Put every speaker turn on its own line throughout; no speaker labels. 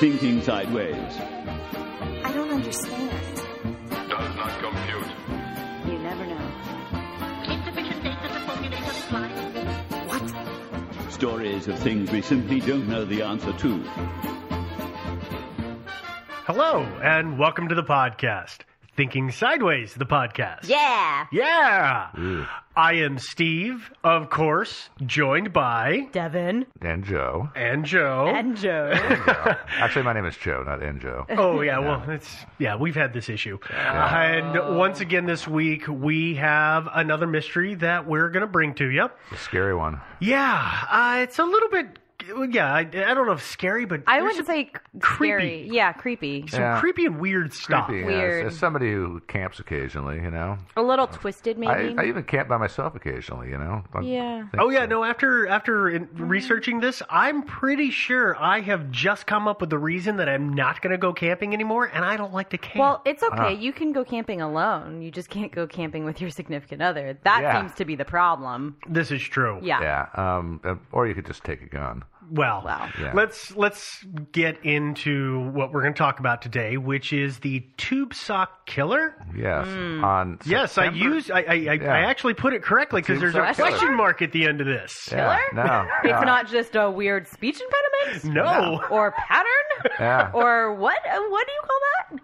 Thinking Sideways.
I don't understand.
does not compute.
You never know.
Stories of things we simply don't know the answer to.
Hello, and welcome to the podcast, Thinking Sideways, the podcast.
Yeah.
Yeah. I am Steve, of course, joined by
Devin
And Joe.
and Joe.
and Joe.
Actually, my name is Joe, not Enjo.
oh yeah, well, it's yeah, we've had this issue.
Oh.
And once again this week, we have another mystery that we're going to bring to you.
The scary one.
Yeah, uh, it's a little bit yeah, I, I don't know if scary, but
I
there's
wouldn't
some
say c-
creepy.
scary. Yeah, creepy.
some
Yeah.
creepy and weird stuff.
Creepy, yeah.
Weird.
As, as somebody who camps occasionally, you know.
A little
Oh.
twisted,
I,
maybe.
I even camp by myself occasionally, you know. I
Yeah.
think
Oh yeah,
so.
no. After after in, researching this, I'm pretty sure I have just come up with the reason that I'm not going to go camping anymore, and I don't like to camp.
well, it's okay. you can go camping alone. You just can't go camping with your significant other. That
Yeah.
seems to be the problem.
this is true.
Yeah.
Yeah. Um, uh, or you could just take a gun.
Well,
Wow.
Yeah.
let's let's get into what we're going to talk about today, which is the tube sock killer.
Yes.
Hmm.
On
Yes, I
September-
use I I, I,
Yeah.
I actually put it correctly because
Tube
there's a
sock killer.
question mark at the end of this.
Yeah,
Killer?
no.
It's not just a weird speech impediment
No.
or pattern
Yeah.
or what? uh, What do you call that?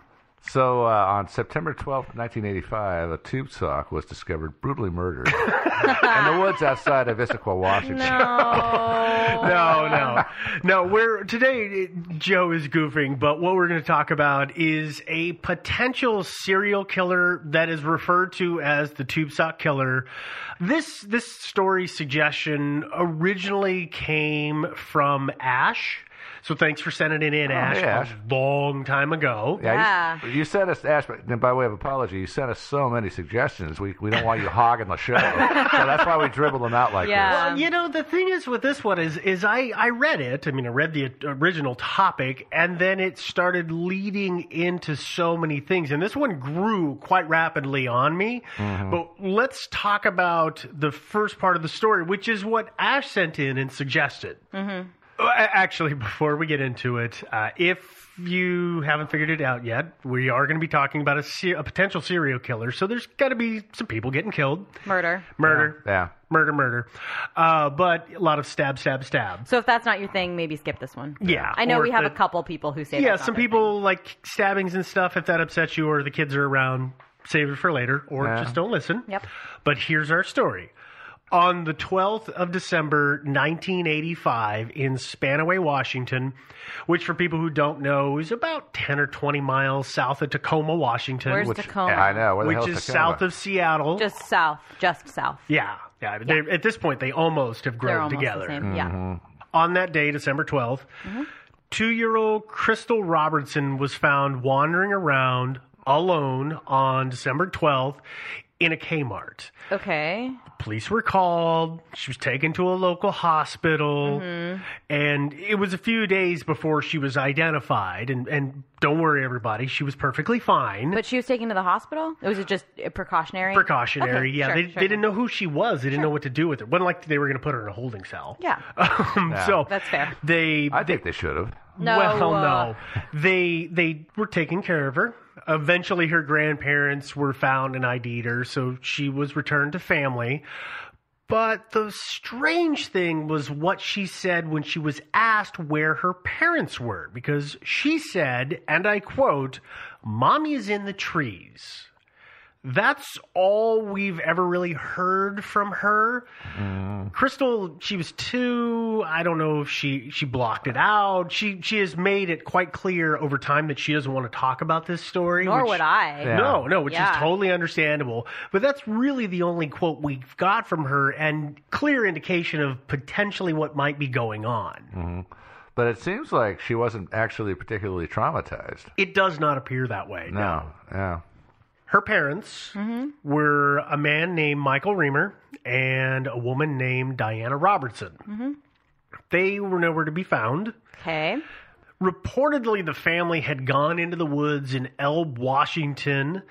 So uh, on September twelfth, 1985, a tube sock was discovered brutally murdered in the woods outside of Issaquah, Washington.
No.
no, no, no. We're today. Joe is goofing, but what we're going to talk about is a potential serial killer that is referred to as the tube sock killer. This this story suggestion originally came from Ash. So thanks for sending it in, Ash.
Oh, hey, Ash.
A long time ago.
Yeah, you, you sent us, Ash, but- and by way of apology, you sent us so many suggestions. We, we don't want you hogging the show. so that's why we dribble them out like
Yeah.
Well, you know, the thing is with this one is is I I read it. I mean, I read the original topic, and then it started leading into so many things, and this one grew quite rapidly on me. But let's talk about the first part of the story, which is what Ash sent in and suggested. Uh, Actually, before we get into it, uh, if you haven't figured it out yet, we are going to be talking about a, se- a potential serial killer. So there's got to be some people getting killed,
Murder.
murder,
Yeah.
murder, murder. Uh, but a lot of stab, stab, stab.
So if that's not your thing, maybe skip this one.
Yeah,
I know
or
we have
the-
a couple people who say
yeah,
that's not
some
their
people like stabbings and stuff. If that upsets you, or the kids are around, save it for later, or
Yeah.
just don't listen.
Yep.
But here's our story. On the 12th of December, 1985, in Spanaway, Washington, which for people who don't know is about 10 or 20 miles south of Tacoma, Washington,
Where's
which,
Tacoma?
I know. Where the
which
hell
is
Tacoma?
south of Seattle.
thing. Just south. Just south.
yeah, yeah. They, at this point, they almost have
They're
grown
almost
together Mm-hmm.
the same. Yeah.
on that day, December 12th, two year old Crystal Robertson was found wandering around alone on December 12th in a Kmart.
Okay.
Police were called. She was taken to a local hospital.
Mm-hmm.
And it was a few days before she was identified. And, and don't worry, everybody, she was perfectly fine.
But she was taken to the hospital? It was it just precautionary?
Precautionary,
Okay,
yeah.
sure,
they,
sure,
they didn't know who she was. They didn't know what to do with her. wasn't like they were going to put her in a holding cell.
Yeah.
Um, so
That's fair.
They
I think they should have.
No,
well,
uh,
no. They they were taking care of her. Eventually, her grandparents were found and ID'd her, so she was returned to family. But the strange thing was what she said when she was asked where her parents were, because she said, and I quote, Mommy is in the trees. That's all we've ever really heard from her.
Mm.
Crystal, she was two. I don't know if she she blocked it out. She she has made it quite clear over time that she doesn't want to talk about this story.
Nor
which-
would I.
Yeah.
No, no, which
Yeah.
is totally understandable. But that's really the only quote we've got from her and clear indication of potentially what might be going on.
Mm. But it seems like she wasn't actually particularly traumatized.
It does not appear that way.
No. Yeah.
Her parents were a man named Michael Reamer and a woman named Diana Robertson. They were nowhere to be found.
Okay.
Reportedly, the family had gone into the woods in Elb, Washington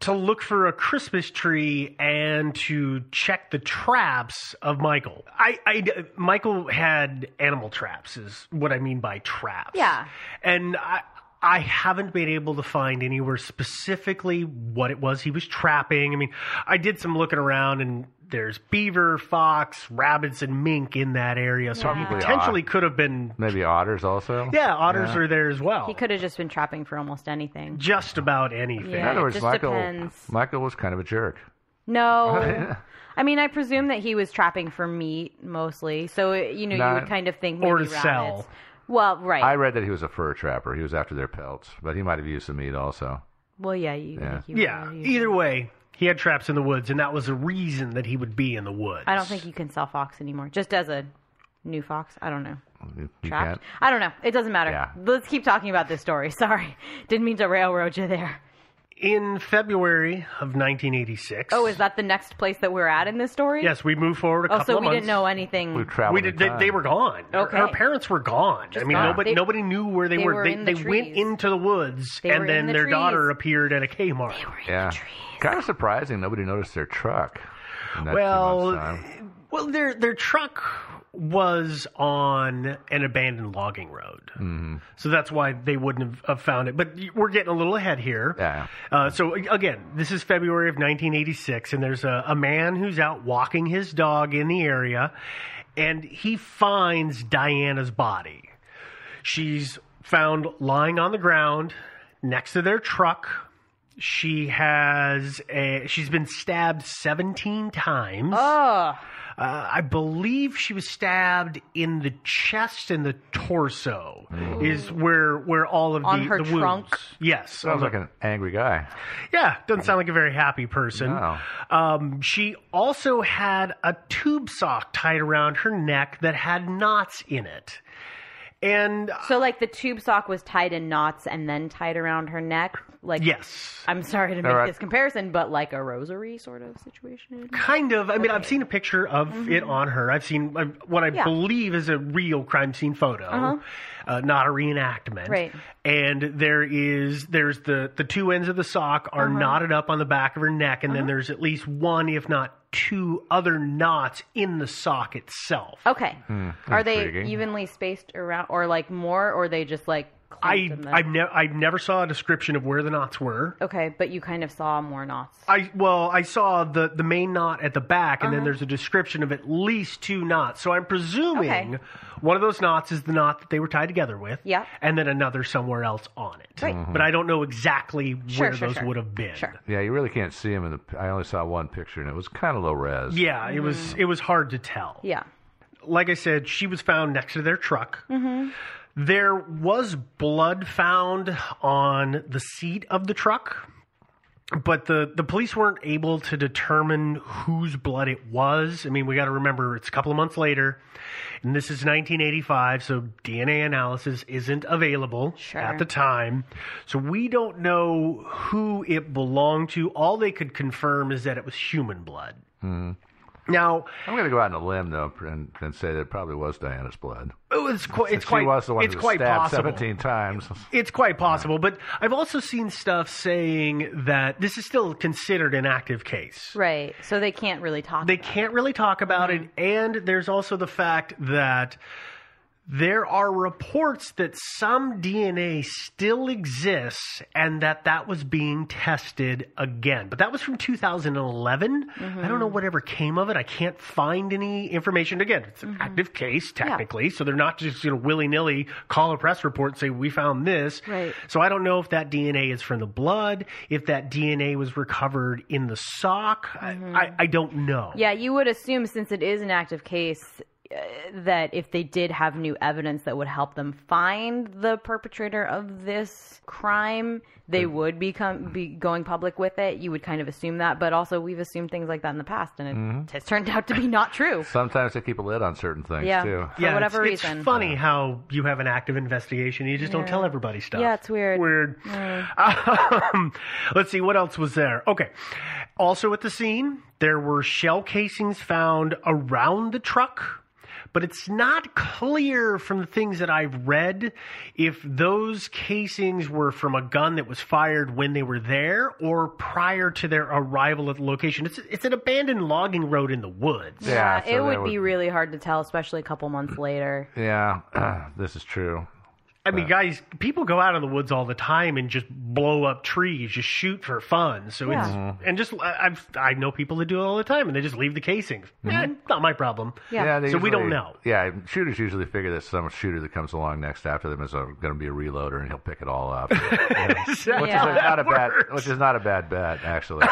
to look for a Christmas tree and to check the traps of Michael. I, I- Michael had animal traps, is what I mean by traps.
Yeah.
And I, I haven't been able to find anywhere specifically what it was he was trapping. I mean, I did some looking around and there's beaver, fox, rabbits, and mink in that area. So he
Probably
potentially could have been
Maybe otters also.
yeah, otters are there as well.
He could have just been trapping for almost anything.
just about anything.
In
Yeah,
other
it
words,
just
Michael
depends. Oh.
Michael was kind of a jerk.
No. I mean, I presume that he was trapping for meat mostly. So, you know, you
Not-
would kind of think maybe
Or to
rabbits.
sell.
Well, right.
I read that he was a fur trapper. He was after their pelts, but he might have used the meat also.
well, yeah. You,
Yeah.
you-
Yeah.
you-
Either way, he had traps in the woods, and that was the reason that he would be in the woods.
I don't think you can sell fox anymore. Just as a new fox. I don't know.
You, you
Trapped? I don't know. It doesn't matter.
Yeah.
Let's keep talking about this story. Sorry. Didn't mean to railroad you there.
In February of 1986.
Oh, is that the next place that we're at in this story?
Yes, we moved forward a
Oh,
couple
so
of
we
months.
didn't know anything.
We've traveled.
We did. They,
in
they
time.
were gone. Her-
Okay.
Her, parents were gone. I mean,
gone.
nobody
They-
nobody knew where they,
they were
They,
in the
they went
trees.
into the woods,
They were
and
in
then
the
their
trees.
daughter appeared at a Kmart.
Yeah. Kind of surprising. Nobody noticed their truck. in that two
Well,
months' time.
well, their their truck was on an abandoned logging road,
Mm-hmm.
so that's why they wouldn't have, have found it. But y- we're getting a little ahead here.
Yeah.
Uh, so a- again, this is February of 1986, and there's a, a man who's out walking his dog in the area, and he finds Diana's body. She's found lying on the ground next to their truck. She has a, she's been stabbed 17 times.
Oh,
Uh, I believe she was stabbed in the chest and the torso
Mm.
is where where all of
On
the,
her
the wounds.
trunk?
Yes,
Sounds like an angry guy.
yeah, doesn't sound like a very happy person.
No.
Um, she also had a tube sock tied around her neck that had knots in it, and uh,
so like the tube sock was tied in knots and then tied around her neck. Like
yes,
I'm sorry to make
All right.
this comparison, but like a rosary sort of situation.
kind of. I mean, I've seen a picture of it on her. I've seen uh, what I
Mm-hmm. Yeah. Uh-huh.
believe is a real crime scene photo, uh, not a reenactment.
Right.
And there is
Uh-huh.
there's the the two ends of the sock are knotted up on the back of her neck, and then there's at least one, if not two other knots in the sock itself.
Okay.
Hmm,
Are they
intriguing.
evenly spaced around, or like more, or they just like? clumped
I
in the-
I've never I never saw a description of where the knots were.
Okay, but you kind of saw more knots.
I well, I saw the the main knot at the back,
Uh-huh.
and then there's a description of at least two knots. So I'm presuming
Okay.
one of those knots is the knot that they were tied together with,
Yeah.
and then another somewhere else on it.
Right.
But I don't know exactly
Sure,
where
sure,
those
sure.
would have been.
Sure.
Yeah, you really can't see them. In the, I only saw one picture, and it was kind of low res.
Yeah, it was
Mm.
it was hard to tell.
Yeah.
Like I said, she was found next to their truck. There was blood found on the seat of the truck, but the, the police weren't able to determine whose blood it was. I mean, we got to remember it's a couple of months later, and this is 1985, so DNA analysis isn't available
Sure.
at the time. So we don't know who it belonged to. All they could confirm is that it was human blood. Now,
I'm going to go out on a limb though and, and say that it probably was Diana's blood.
it was quite, Oh, it's
she
quite,
was the one
it's
who was
quite
stabbed
possible.
17 times.
It's quite possible, but I've also seen stuff saying that this is still considered an active case.
Right. So they can't really talk.
They
about Mm-hmm. it.
can't really talk about it, and there's also the fact that there are reports that some DNA still exists and that that was being tested again. But that was from 2011. I
Mm-hmm.
don't know whatever came of it. I can't find any information. Again, it's
Mm-hmm.
an active case technically, so they're not just you know willy nilly call a press report and say we found this.
Right.
So I don't know if that DNA is from the blood, if that DNA was recovered in the sock. I, I, I don't know.
Yeah, you would assume since it is an active case uh, that if they did have new evidence that would help them find the perpetrator of this crime, they would become be going public with it. You would kind of assume that, but also we've assumed things like that in the past, and it has turned out to be not true.
Sometimes they keep a lid on certain things
yeah,
too.
for whatever
it's,
reason.
It's funny how you have an active investigation. You just don't tell everybody stuff.
Yeah, it's weird.
Weird. Um, let's see what else was there. Okay. Also at the scene, there were shell casings found around the truck. But it's not clear from the things that I've read if those casings were from a gun that was fired when they were there or prior to their arrival at the location. It's it's an abandoned logging road in the woods.
Yeah,
Yeah,
so
Uh, it
that
would
would-
be really hard to tell, especially a couple months later.
Yeah, this is true.
I mean, guys, people go out in the woods all the time and just blow up trees, just shoot for fun. So it's and just I- I've I know people that do it all the time, and they just leave the casings. Eh, not my problem.
Yeah.
they
So we don't
usually-
know.
Yeah, shooters usually figure that some shooter that comes along next after them is going to be a reloader and he'll pick it all up. Yeah.
Is that
Which
Yeah.
is
how
a-
that
not a bad,
works?
which is not a bad bet actually.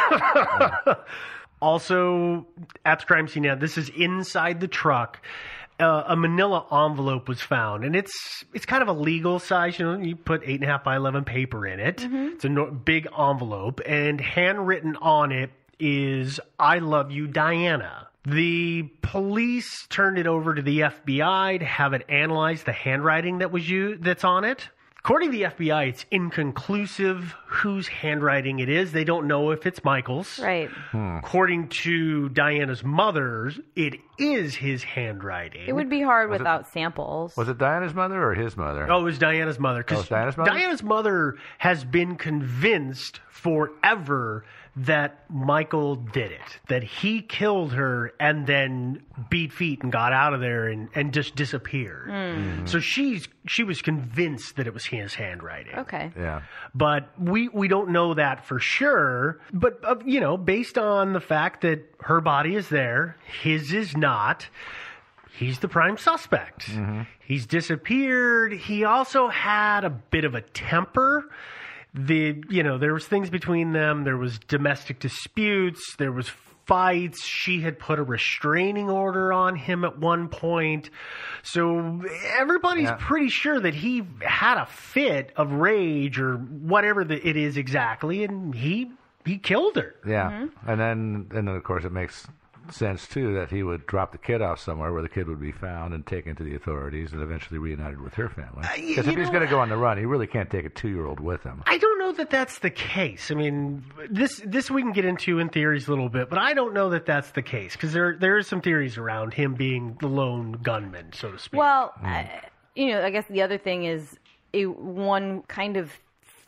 Also, at the crime scene now, this is inside the truck. Uh, a manila envelope was found, and it's it's kind of a legal size. You know, you put eight and a half by eleven paper in it. It's a no- big envelope, and handwritten on it is "I love you, Diana." The police turned it over to the FBI to have it analyze the handwriting that was you that's on it. According to the FBI, it's inconclusive whose handwriting it is. They don't know if it's Michael's.
Right.
According to Diana's mother's, it is his handwriting.
It would be hard without samples.
Was it Diana's mother or his mother?
Oh, it was Diana's mother. 'cause
Oh, it's Diana's mother?
Diana's mother has been convinced forever that Michael did it, that he killed her and then beat feet and got out of there and, and just disappeared. So she's she was convinced that it was his handwriting.
okay.
Yeah.
but we we don't know that for sure but uh, you know based on the fact that her body is there his is not he's the prime suspect he's disappeared he also had a bit of a temper the you know there was things between them there was domestic disputes there was fights she had put a restraining order on him at one point so everybody's pretty sure that he had a fit of rage or whatever the, it is exactly and he he killed her
Yeah.
Mm-hmm.
And then and then of course it makes sense too that he would drop the kid off somewhere where the kid would be found and taken to the authorities and eventually reunited with her family. Because
Uh, you
if he's
know-
going to go on the run, he really can't take a two-year-old with him.
I don't know that that's the case. I mean, this this we can get into in theories a little bit, but I don't know that that's the case because there there is some theories around him being the lone gunman, so to speak.
Well, I, you know, I guess the other thing is it, one kind of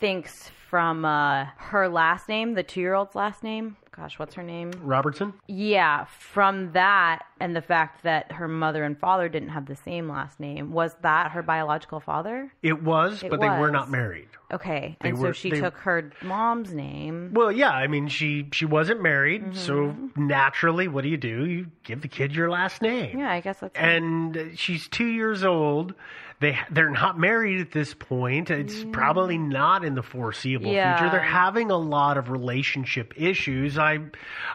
thinks from uh, her last name, the two year old's last name. gosh, what's her name?
Robertson?
Yeah, from that and the fact that her mother and father didn't have the same last name, was that her biological father?
It was,
It
but they were
was.
not married.
Okay,
They
and
were-
so she
they-
took her mom's name.
Well, yeah, I mean she she wasn't married,
Mm-hmm.
so naturally what do you do? You give the kid your last name.
Yeah, I guess that's
And she's 2 years old. They they're not married at this point. It's probably not in the foreseeable
Yeah.
future. They're having a lot of relationship issues. I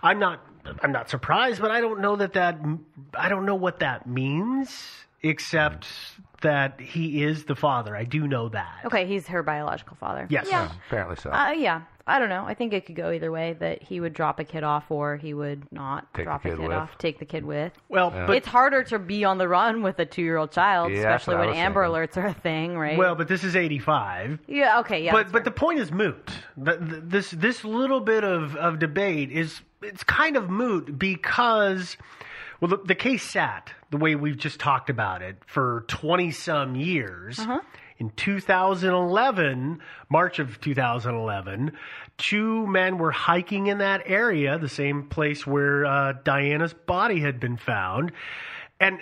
I'm not I'm not surprised, but I don't know that that I don't know what that means except that he is the father. I do know that.
okay. He's her biological father.
Yes.
Yeah.
Apparently so.
Uh, yeah. I don't know. I think it could go either way. That he would drop a kid off, or he would not
Take the
drop a
kid
kid
with.
off. Take the kid with.
Well, but
it's harder to be on the run with a two-year-old child,
Yeah, that's
especially
what
when
I was
Amber
thinking.
Alerts are a thing, right?
well, but this is 85.
yeah. Okay. Yeah.
but but the point is moot. Th- th- This this little bit of, of debate is it's kind of moot because well the, the case sat the way we've just talked about it for twenty some years. In 2011, March of 2011, two men were hiking in that area, the same place where uh, Diana's body had been found. And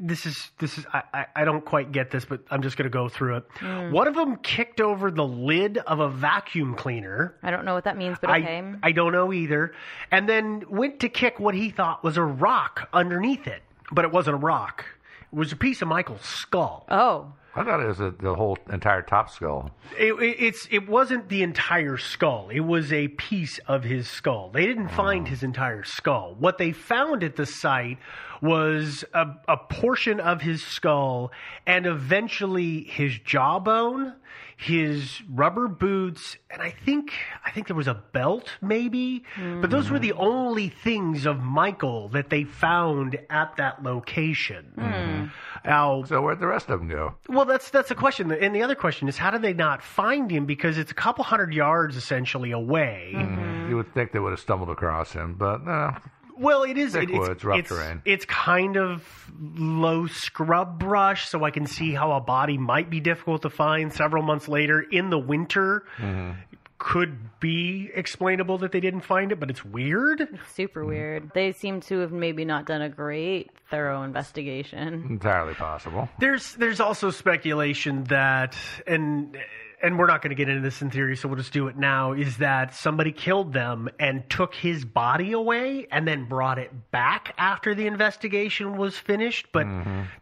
this is this is I, I, I don't quite get this, but I'm just going to go through it. One of them kicked over the lid of a vacuum cleaner.
I don't know what that means, but okay.
I I don't know either. And then went to kick what he thought was a rock underneath it, but it wasn't a rock. It was a piece of Michael's skull.
oh.
I thought it was a, the whole entire top skull.
It, it, it's it wasn't the entire skull. It was a piece of his skull. They didn't find his entire skull. What they found at the site was a, a portion of his skull and eventually his jawbone, his rubber boots, and I think I think there was a belt maybe. But those were the only things of Michael that they found at that location. Now,
So where'd the rest of them go?
well, that's that's the question, and the other question is how did they not find him? Because it's a couple hundred yards essentially away.
You would think they would have stumbled across him, but uh, no.
Well, it is
Thick
it- it's,
woods, rough
it's,
terrain.
it's kind of low scrub brush, so I can see how a body might be difficult to find several months later in the winter.
Mm-hmm.
Could be explainable that they didn't find it, but it's weird.
Super weird. They seem to have maybe not done a great, thorough investigation.
entirely possible.
There's there's also speculation that and and we're not going to get into this in theory, so we'll just do it now. Is that somebody killed them and took his body away and then brought it back after the investigation was finished? But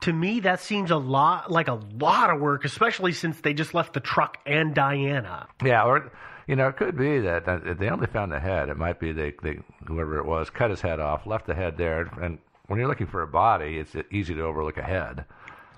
to me, that seems a lot like a lot of work, especially since they just left the truck and Diana.
Yeah, or you know, it could be that that they only found the head. It might be they, they whoever it was cut his head off, left the head there, and when you're looking for a body, it's easy to overlook a head.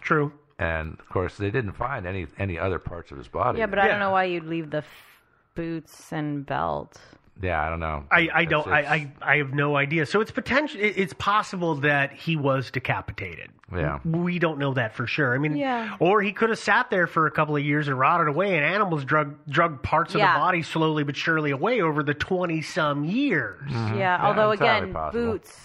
True.
And of course, they didn't find any any other parts of his body.
Yeah, but I
Yeah.
don't know why you'd leave the f- boots and belt.
yeah, I don't know.
I, I don't.
It's- it's-
I, I I have no idea. So it's potential. it- It's possible that he was decapitated.
Yeah.
we don't know that for sure. I mean,
Yeah.
or he could have sat there for a couple of years and rotted away, and animals drug drug parts of
Yeah.
the body slowly but surely away over the twenty some years.
Yeah, although
Mm-hmm. entirely
again,
possible.
boots.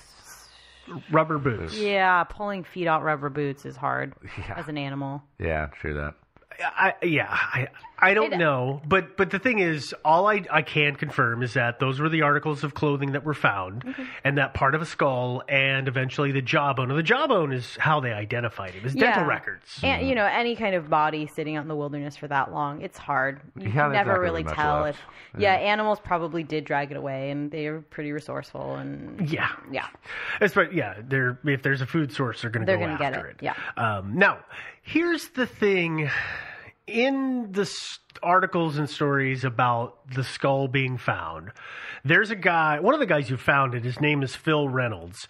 Rubber boots.
Yeah, pulling feet out rubber boots is hard as an animal.
yeah, true that.
I, yeah, I I
uh,
don't know, but but the thing is, all I I can confirm is that those were the articles of clothing that were found, and that part of a skull, and eventually the jawbone. And the jawbone is how they identified him. His dental
Yeah.
records.
And you know, any kind of body sitting out in the wilderness for that long, it's hard. You can
Yeah, there's not
never
gonna be
really
much
tell
left.
if. Yeah. animals probably did drag it away, and they are pretty resourceful. And
Yeah,
yeah,
That's right. Yeah, they're if there's a food source, they're going to
They're
go
gonna get
after
it,
it.
yeah.
Um, now, here's the thing: in the s- articles and stories about the skull being found, there's a guy. One of the guys who found it. His name is Phil Reynolds.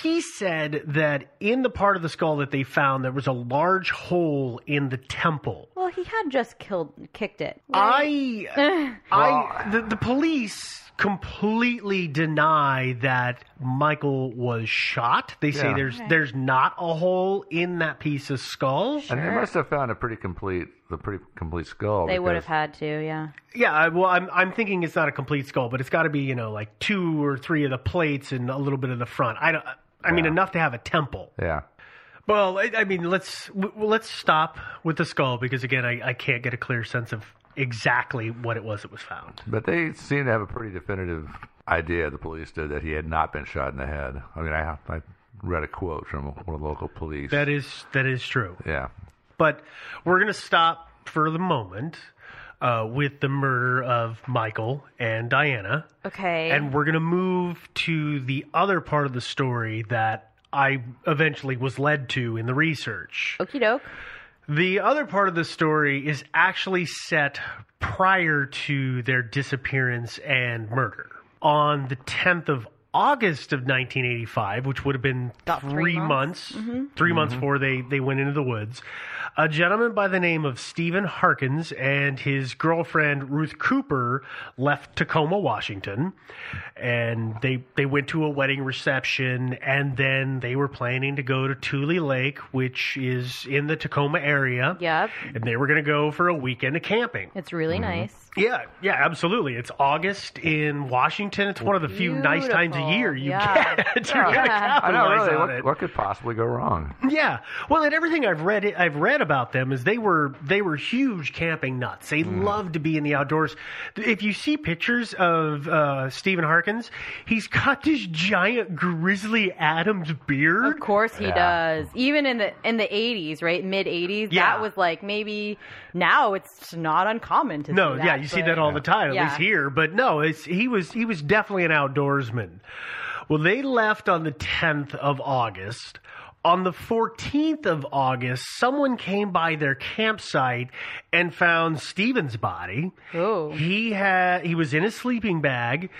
He said that in the part of the skull that they found, there was a large hole in the temple.
well, he had just killed, kicked it.
Oh, I, I, the, the police completely deny that Michael was shot. They say
Yeah.
there's there's not a hole in that piece of skull.
And they must have found a pretty complete the pretty complete skull.
They would have
because-
had to, yeah.
Yeah, I- well, I'm I'm thinking it's not a complete skull, but it's got to be you know like two or three of the plates and a little bit of the front. I don't. I mean,
Yeah.
enough to have a temple.
Yeah.
Well, I, I mean, let's w- let's stop with the skull because again, I, I can't get a clear sense of exactly what it was that was found.
But they seem to have a pretty definitive idea, the police did, that he had not been shot in the head. I mean, I, I read a quote from one of the local police.
That is that is true.
Yeah.
But we're going to stop for the moment uh, with the murder of Michael and Diana.
Okay.
And we're going to move to the other part of the story that I eventually was led to in the research.
Okie doke.
The other part of the story is actually set prior to their disappearance and murder. On the 10th of August of 1985, which would have been
About three months. Mhm.
3 months
Mm-hmm.
before they, they went into the woods, a gentleman by the name of Stephen Harkins and his girlfriend Ruth Cooper left Tacoma, Washington, and they they went to a wedding reception, and then they were planning to go to Tule Lake, which is in the Tacoma area.
Yep.
and they were going to go for a weekend of camping.
It's really
Mm-hmm.
nice.
Yeah, yeah, absolutely. It's August in Washington. It's one of the few nice times a year you
Yeah.
get. You're
Yeah.
gonna
I know,
capitalize
really.
on it.
What, what could possibly go wrong?
Yeah. Well, and everything I've read I've read about them is they were they were huge camping nuts. They love to be in the outdoors. If you see pictures of uh, Stephen Harkins, he's got this giant grizzly Adams beard.
Of course he
Yeah.
does. Even in the in the eighties, right? Mid eighties,
Yeah.
that was like maybe now it's not uncommon to
No,
see that,
yeah, you see
but-
that all the time, at
Yeah.
least here. But no, it's he was he was definitely an outdoorsman. Well, they left on the tenth of August. On the 14th of August, someone came by their campsite and found Stephen's body.
Oh.
He had he was in his sleeping bag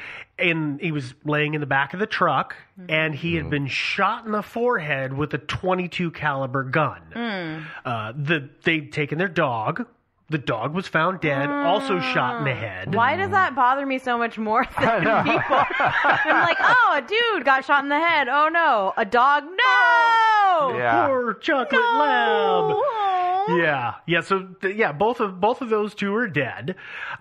and he was laying in the back of the truck and he had been shot in the forehead with a 22 caliber gun. Uh, the they'd taken their dog. The dog was found dead, also shot in the head.
Why does that bother me so much more than people? I'm like, oh, a dude got shot in the head. Oh no, a dog. No.
Yeah.
Oh, Poor chocolate lab.
Oh.
Yeah, yeah. So th- yeah, both of both of those two are dead.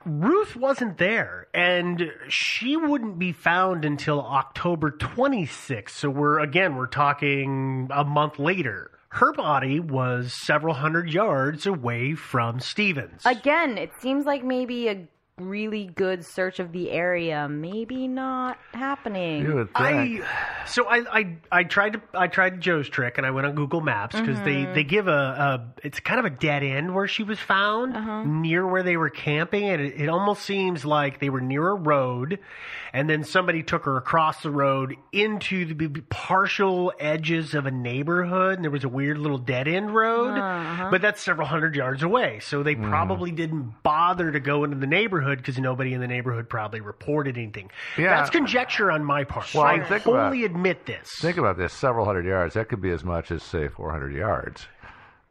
Ruth wasn't there, and she wouldn't be found until October 26th. So we're again we're talking a month later. Her body was several hundred yards away from Stevens.
Again, it seems like maybe a really good search of the area, maybe not happening.
You would think.
I so I, I I tried to I tried Joe's trick and I went on Google Maps because they they give a, a it's kind of a dead end where she was found near where they were camping and it, it almost seems like they were near a road and then somebody took her across the road into the b- b- partial edges of a neighborhood and there was a weird little dead end road but that's several hundred yards away so they probably didn't bother to go into the neighborhood because nobody in the neighborhood probably reported anything
Yeah.
that's conjecture on my part
Well,
I
and think about-
fully admit this.
Think about this: several hundred yards. That could be as much as say 400 yards,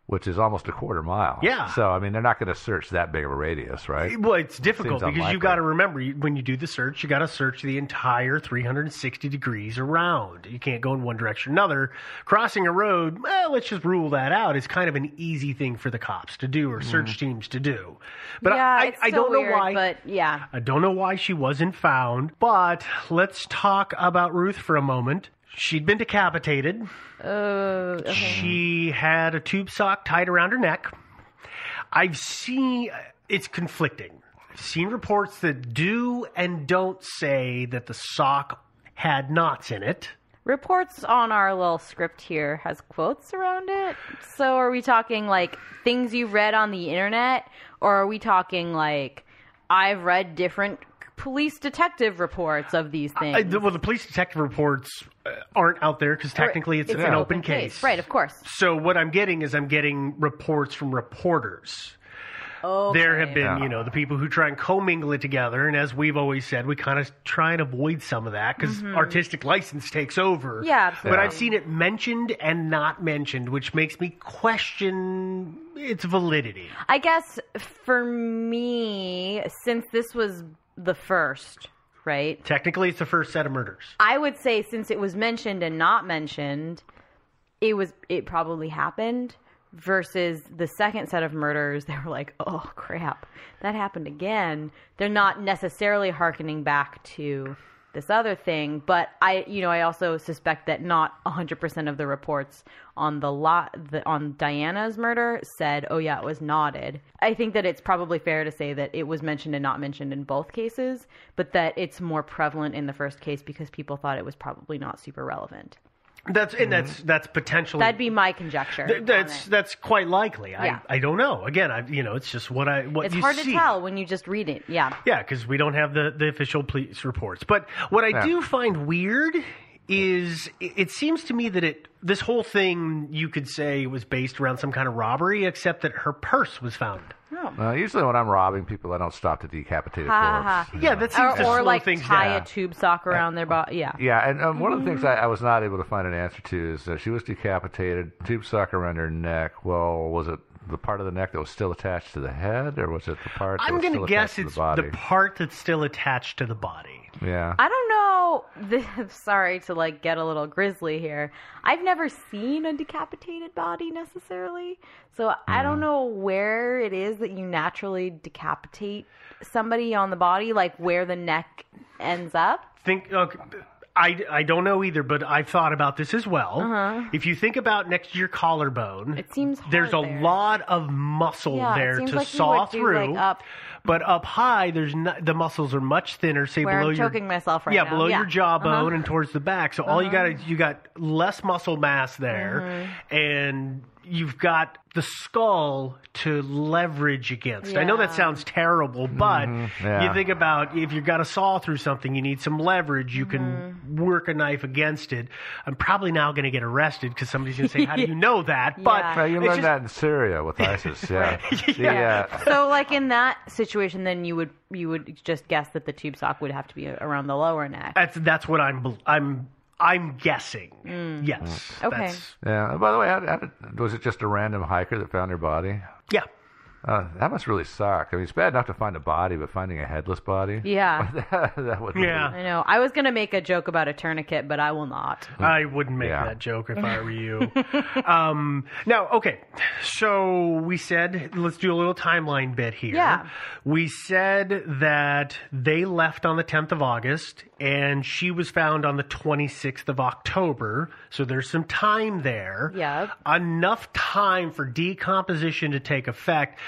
which is almost a quarter mile.
Yeah.
So I mean, they're not going to search that big of a radius, right?
well, it's difficult
Seems
because you
unlikely.
got to remember you- when you do the search, you got to search the entire 360 degrees around. You can't go in one direction or another. Crossing a road, well, let's just rule that out. It's kind of an easy thing for the cops to do or search
Mm.
teams to do. But
yeah,
I,
it's
I, I
so
don't
weird,
know why.
But yeah,
I don't know why she wasn't found, but let's talk about Ruth for a moment. She'd been decapitated.
uh,
She had a tube sock tied around her neck. I've seen it's conflicting. I've seen reports that do and don't say that the sock had knots in it.
reports on our little script here has quotes around it. So are we talking like things you read on the internet, or are we talking like I've read different police detective reports of these things?
I, well, the police detective reports uh, aren't out there because technically it's, an open case.
right? Of course.
So what I'm getting is I'm getting reports from reporters.
Oh,
There have been, you know, the people who try and commingle it together, and as we've always said, we kind of try and avoid some of that because artistic license takes over.
Mm-hmm. Yeah,
but
absolutely.
I've seen it mentioned and not mentioned, which makes me question its validity.
I guess for me, since this was the first, right?
Technically, it's the first set of murders.
I would say since it was mentioned and not mentioned, it was it probably happened. Versus the second set of murders, they were like, "Oh crap, that happened again." They're not necessarily hearkening back to this other thing. But I, you know, I also suspect that not 100% of the reports on the lot the, on Diana's murder said, "Oh yeah, it was nodded." I think that it's probably fair to say that it was mentioned and not mentioned in both cases, but that it's more prevalent in the first case because people thought it was probably not super relevant.
That's and that's that's potentially
Mm-hmm. That'd be my conjecture.
Th- that's
on it.
that's quite likely. I,
Yeah.
I don't know. Again, I you know it's just what I what
it's
you
hard
see.
to tell when you just read it. Yeah.
Yeah, because we don't have the the official police reports. But what I do find weird is it, it seems to me that it this whole thing you could say was based around some kind of robbery, except that her purse was found.
Uh, usually when I'm robbing people, I don't stop to decapitate a
Ha, ha,
corpse.
ha.
you
Yeah,
know.
that seems
Or,
to
or
slow
like
things
tie
down.
a tube sock around their body. Yeah.
Yeah, and um, one of the things
Mm-hmm.
I, I was not able to find an answer to is that she was decapitated, tube sock around her neck. Well, was it the part of the neck that was still attached to the head, or was it the part? that
I'm
was
going
still
to
attached
guess
to
it's
the body.
the part that's still attached to the body.
yeah.
I don't know. This, sorry to like get a little grisly here. I've never seen a decapitated body necessarily, so I
Mm.
don't know where it is that you naturally decapitate somebody on the body, like where the neck ends up.
think okay, I, I don't know either, but I've thought about this as well. If you think about next to your collarbone,
Uh-huh. It seems hard
there's a
there.
lot of muscle
Yeah, it
there
seems
to
like you
saw
would do,
through.
like, up.
But up high, there's not, the muscles are much thinner. Say
Where
below
I'm choking
your
myself right
yeah,
now.
below
Yeah. Uh-huh.
your jawbone and towards the back. So all you got is you got less muscle mass there,
Mm-hmm.
and you've got the skull to leverage against. I know that
Yeah.
sounds terrible, but
Mm-hmm. yeah.
you think about if you've got a saw through something, you need some leverage. You can
Mm-hmm.
work a knife against it. I'm probably now going to get arrested because somebody's going to say, "How do you know that?" But
Yeah.
Well, Uh, you
uh, it's
learned
just-
that in Syria with ISIS. Yeah. yeah. The, uh,
So, like in that situation, then you would you would just guess that the tube sock would have to be around the lower neck.
that's that's what I'm bel- I'm I'm guessing. Yes.
Hmm. Mm. Okay.
that's-
yeah. And by the way, how, how did, was it just a random hiker that found her body?
yeah.
Uh, that must really suck. I mean, it's bad enough to find a body, but finding a headless body.
Yeah.
that, would. really-
Yeah.
I know. I was gonna make a joke about a tourniquet, but I will not.
I wouldn't make
Yeah.
that joke if I were you. um, now, okay, so we said let's do a little timeline bit here.
Yeah.
we said that they left on the 10th of August, and she was found on the 26th of October. So there's some time there.
Yep.
enough time for decomposition to take effect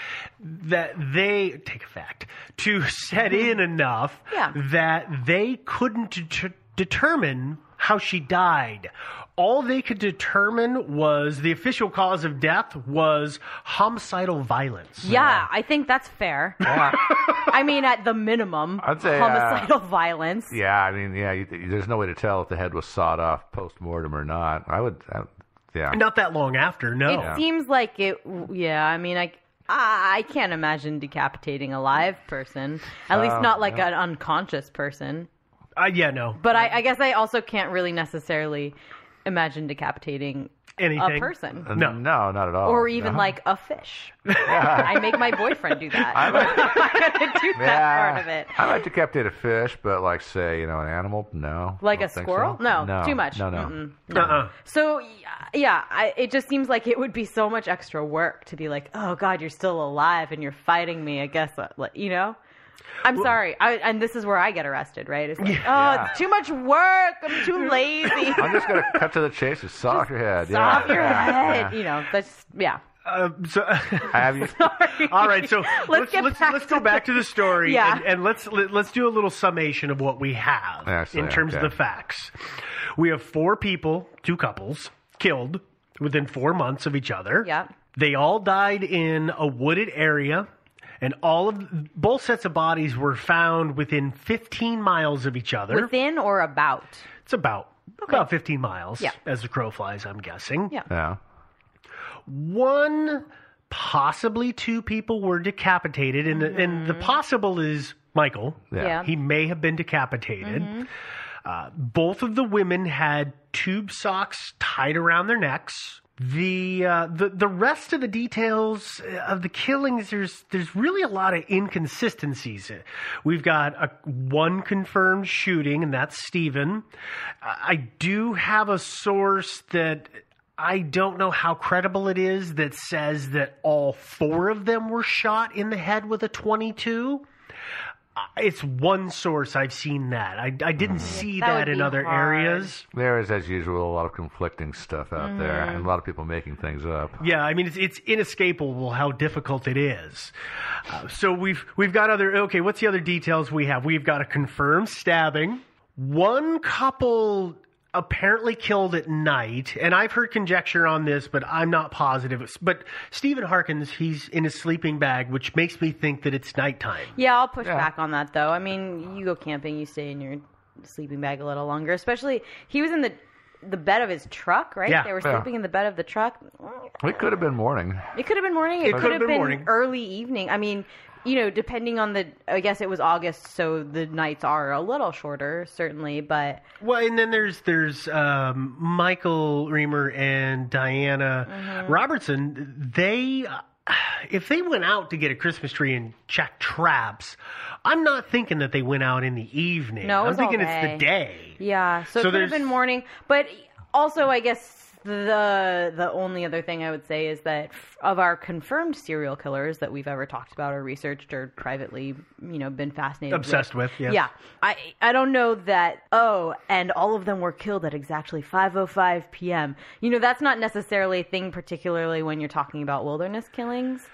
that they take effect to set in enough
Mm-hmm. Yeah.
that they couldn't det- determine how she died. All they could determine was the official cause of death was homicidal violence.
Yeah, I think that's fair. I mean, at the minimum,
I'd say, uh,
homicidal violence.
Yeah, I mean, yeah, you, there's no way to tell if the head was sawed off post mortem or not. I would, I, yeah.
Not that long after, no.
It seems like it. Yeah, I mean, I. I I can't imagine decapitating a live person, at least
Uh,
not like an unconscious person.
Uh, yeah, no.
But I, I guess I also can't really necessarily imagine decapitating
Anything.
a person
Uh,
no.
no, not at all.
or even
No.
like a fish. I make my boyfriend do that. I'm gonna do that
Yeah.
part of it.
I like to captivate a fish, but like say, you know, an animal, no.
Like
Don't
a
think
squirrel?
so.
No,
no,
too much.
No, no.
Mm-mm.
Uh-uh.
So y- yeah, I, it just seems like it would be so much extra work to be like, oh God, you're still alive and you're fighting me. I guess uh, like, you know. I'm sorry, I, and this is where I get arrested, right? It's like, oh, it's too much work. I'm too lazy.
I'm just gonna cut to the chase and saw off your head. yeah.
Off your
Oh, Yeah,
head,
yeah.
you know. That's yeah.
Uh, so,
I have you.
all right, so
Let's
let's
get
let's,
back
let's
to
go back
the-
to the story
Yeah.
and, and let's let, let's do a little summation of what we have
Actually,
in terms
okay.
of the facts. We have four people, two couples, killed within four months of each other.
Yeah.
They all died in a wooded area, and all of both sets of bodies were found within 15 miles of each other.
Within or about?
it's about about 15 miles
Yeah.
as the crow flies, I'm guessing.
Yeah.
Yeah.
one possibly two people were decapitated and, the, and the possible is michael
Yeah.
Yeah.
he may have been decapitated uh, both of the women had tube socks tied around their necks the uh, the the rest of the details of the killings there's there's really a lot of inconsistencies. We've got a, one confirmed shooting and that's Stephen. I I do have a source that I don't know how credible it is that says that all four of them were shot in the head with a 22. it's one source I've seen that. I, I
Mm-hmm.
didn't see
That
that,
would
in
be
other
hard.
areas.
There is, as usual, a lot of conflicting stuff out there,
Mm-hmm.
and a lot of people making things up.
Yeah, I mean it's it's inescapable how difficult it is. Uh, so we've we've got other okay. What's the other details we have? We've got a confirmed stabbing. One couple apparently killed at night, and I've heard conjecture on this, but I'm not positive. But Stephen Harkins, he's in his sleeping bag, which makes me think that it's nighttime.
Yeah, I'll push
Yeah.
back on that though. I mean, you go camping, you stay in your sleeping bag a little longer. Especially he was in the the bed of his truck, right?
Yeah.
they were
Yeah.
sleeping in the bed of the truck.
It could have been morning.
It could have been morning. It, could have been,
morning.
early evening. I mean, you know, depending on the. I guess it was August, so the nights are a little shorter, certainly. But
Well, and then there's there's um, Michael Reamer and Diana
Mm-hmm.
Robertson. They, uh, if they went out to get a Christmas tree and check traps, I'm not thinking that they went out in the evening.
No, it
I'm
was all
thinking it's the day.
yeah,
So
so, it could have
there's-
been morning. But also, I guess the the only other thing I would say is that f- of our confirmed serial killers that we've ever talked about or researched or privately, you know, been fascinated
Obsessed with, yes.
Yeah, I I don't know that. Oh, and all of them were killed at exactly 5:05 p.m. You know, that's not necessarily a thing, particularly when you're talking about wilderness killings.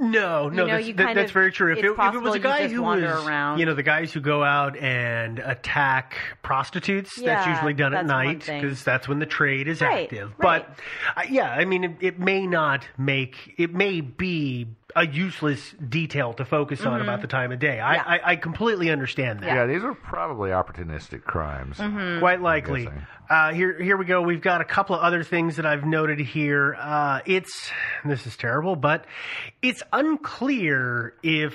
No, no,
know,
that's,
you
that-
kind
that's
of-
very true. If
it's
it, if it
possible
was a
you
guy
just
who was,
wander around.
you know, the guys who go out and attack prostitutes, that's
Yeah,
usually done at
that's one
night
thing.
because that's when the trade is
Right,
active.
right.
But uh, yeah, I mean, it, it may not make it may be a useless detail to focus on about the time of day. I,
Mm-hmm. Yeah.
I, I completely understand that.
Yeah, these were probably opportunistic crimes.
Mm-hmm.
Quite likely.
guessing.
Uh, here, here we go. We've got a couple of other things that I've noted here. Uh, it's this is terrible, but it's unclear if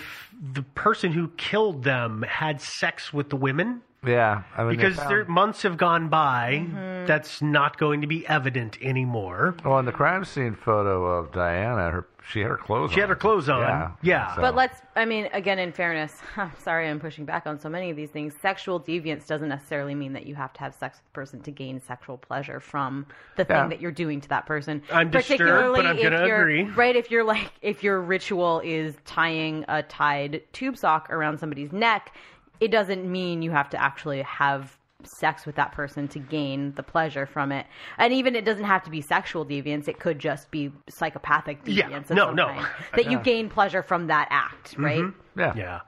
the person who killed them had sex with the women
Yeah, I mean, they
because
found-
their months have gone by. That's not going to be evident anymore.
Well, in the crime scene photo of Diana, her she had her clothes on.
She had her clothes on.
Yeah.
Yeah.
But let's, I mean, again, in fairness, I'm sorry I'm pushing back on so many of these things. Sexual deviance doesn't necessarily mean that you have to have sex with a person to gain sexual pleasure from the
Yeah.
thing that you're doing to that person.
I'm disturbed, but I'm
if
gonna
you're-
agree.
Right, if you're like, if your ritual is tying a tied tube sock around somebody's neck, it doesn't mean you have to actually have sex with that person to gain the pleasure from it. And even it doesn't have to be sexual deviance, it could just be psychopathic deviance
Yeah,
of
no,
some
no.
kind. That you gain pleasure from that act,
Mm-hmm.
right?
yeah.
Yeah.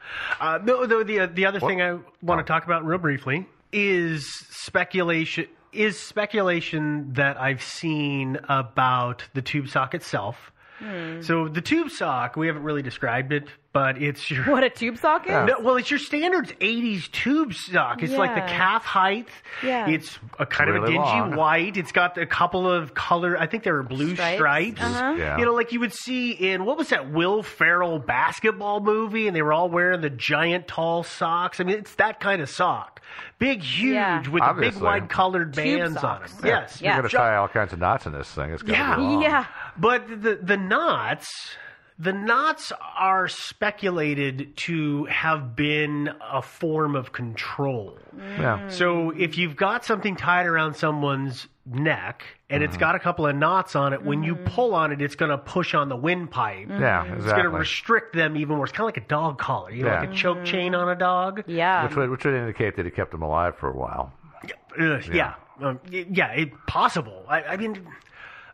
Uh, no, though the the other thing I want to talk about real briefly is speculation. Is speculation that I've seen about the tube sock itself. So the tube sock, we haven't really described it, but it's your
What a tube sock is?
no, well, it's your standards '80s tube sock. It's like the
Yeah.
calf height.
Yeah.
It's a kind of a
Really
dingy
long.
white. It's got a couple of color. I think they were blue stripes.
Stripes.
Uh-huh. Yeah.
You know, like you would see in what was that Will Ferrell basketball movie, and they were all wearing the giant tall socks. I mean, it's that kind of sock, big, huge,
Yeah.
with the
Obviously.
big wide colored
Tube
bands on them.
socks.
Yes.
You're
Yeah.
gonna tie all kinds of knots in this thing. It's gotta
Yeah.
be long.
Yeah.
But the the knots, the knots are speculated to have been a form of control.
Yeah.
So if you've got something tied around someone's neck and
Mm-hmm.
it's got a couple of knots on it, when you pull on it, it's going to push on the windpipe.
Mm-hmm.
Yeah,
It's going
Mm-hmm. exactly.
to restrict them even more. It's kind of like a dog collar, you know,
Yeah. Mm-hmm.
like a choke chain on a dog.
Yeah.
which, would, which would indicate that he kept him alive for a while.
Ugh, yeah, um, y- yeah, it, possible. I, I mean,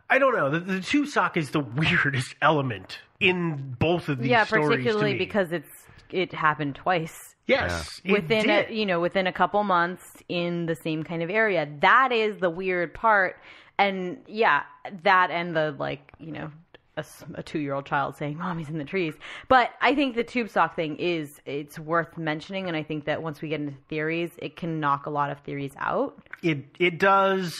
I don't know. The, the two sock is the weirdest element in both of these.
yeah,
stories to
particularly
me.
because it's it happened twice.
yes, it
within
did.
a, you know within a couple months in the same kind of area. That is the weird part, and yeah, that and the like you know a, s- a two-year-old child saying "mommy's in the trees." But I think the tube sock thing is it's worth mentioning, and I think that once we get into theories, it can knock a lot of theories out.
it it does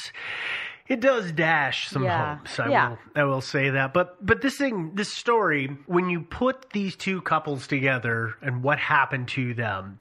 it does dash some
Yeah.
hopes. I
Yeah.
will I will say that. But but this thing this story when you put these two couples together and what happened to them,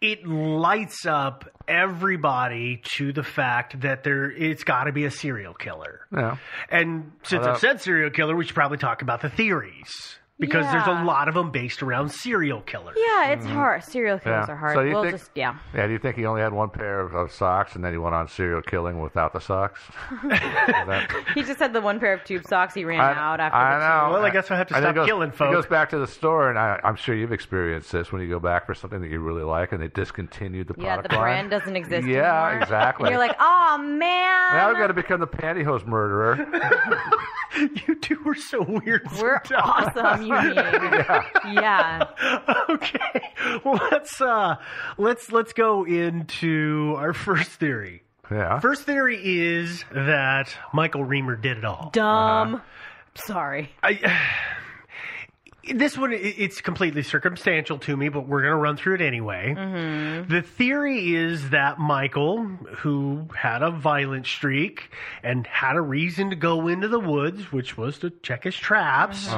it lights up everybody to the fact that there it's got to be a serial killer.
Yeah.
And since I've said serial killer, we should probably talk about the theories. because there's
Yeah.
a lot of them based around serial killers.
Yeah, it's hard. Serial killers
Yeah.
are hard.
So you
we'll
think-
just yeah.
Yeah, do you think he only had one pair of, of socks and then he went on serial killing without the socks? Is that-
He just had the one pair of tube socks. He ran
I,
out after.
I
the
know.
Well, I guess I have to
And it
stop
goes-
killing
It
folk.
goes back to the store, and I, I'm sure you've experienced this when you go back for something that you really like, and they discontinued the
Two. Yeah, the
product line.
brand doesn't exist.
Yeah,
anymore.
exactly.
And you're like, oh man.
Now I've got to become the pantyhose murderer.
You two are so weird.
We're
sometimes.
awesome, you mean? yeah.
okay. Well, let's uh, let's let's go into our first theory.
yeah.
First theory is that Michael Reamer did it all.
Dumb.
Uh-huh.
Sorry.
This one i- it's completely circumstantial to me, but we're going to run through it anyway.
Mm-hmm.
The theory is that Michael, who had a violent streak and had a reason to go into the woods, which was to check his traps,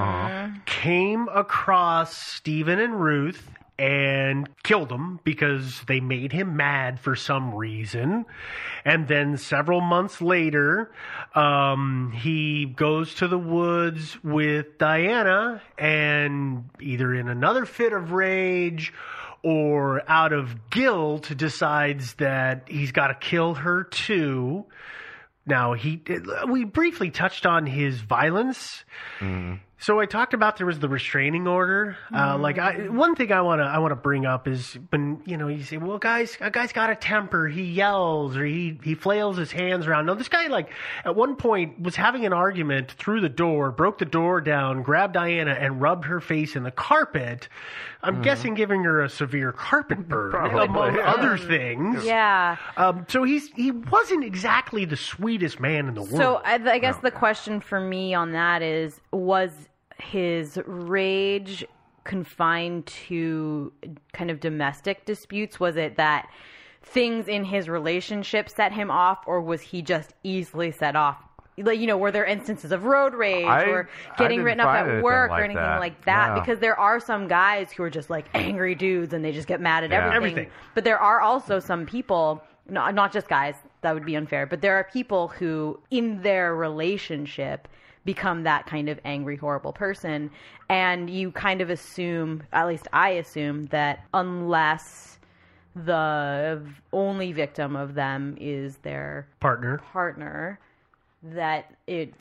came across Stephen and Ruth and killed them because they made him mad for some reason. And then several months later, um, he goes to the woods with Diana and either in another fit of rage or out of guilt decides that he's got to kill her too. Now he we briefly touched on his violence. So I talked about there was the restraining order. Uh, like I, one thing I wanna I wanna bring up is when you know you say, well, guys, a guy's got a temper. He yells or he he flails his hands around. No, this guy like at one point was having an argument through the door, broke the door down, grabbed Diana and rubbed her face in the carpet. I'm guessing giving her a severe carpet burn,
Probably,
among
yeah.
other things.
Yeah.
Um, so he's he wasn't exactly the sweetest man in the
So
world.
I, I guess the question for me on that is: Was his rage confined to kind of domestic disputes? Was it that things in his relationship set him off, or was he just easily set off? Like you know, were there instances of road rage
I-
or
I
getting
didn't
written up
find
at
anything
work
like
or anything
that.
like that?
No.
Because there are some guys who are just like angry dudes and they just get mad at
Yeah.
everything.
Everything.
But there are also some people, not, not just guys, that would be unfair, but there are people who, in their relationship, become that kind of angry, horrible person. And you kind of assume, at least I assume, that unless the v- only victim of them is their
partner.
partner, that it.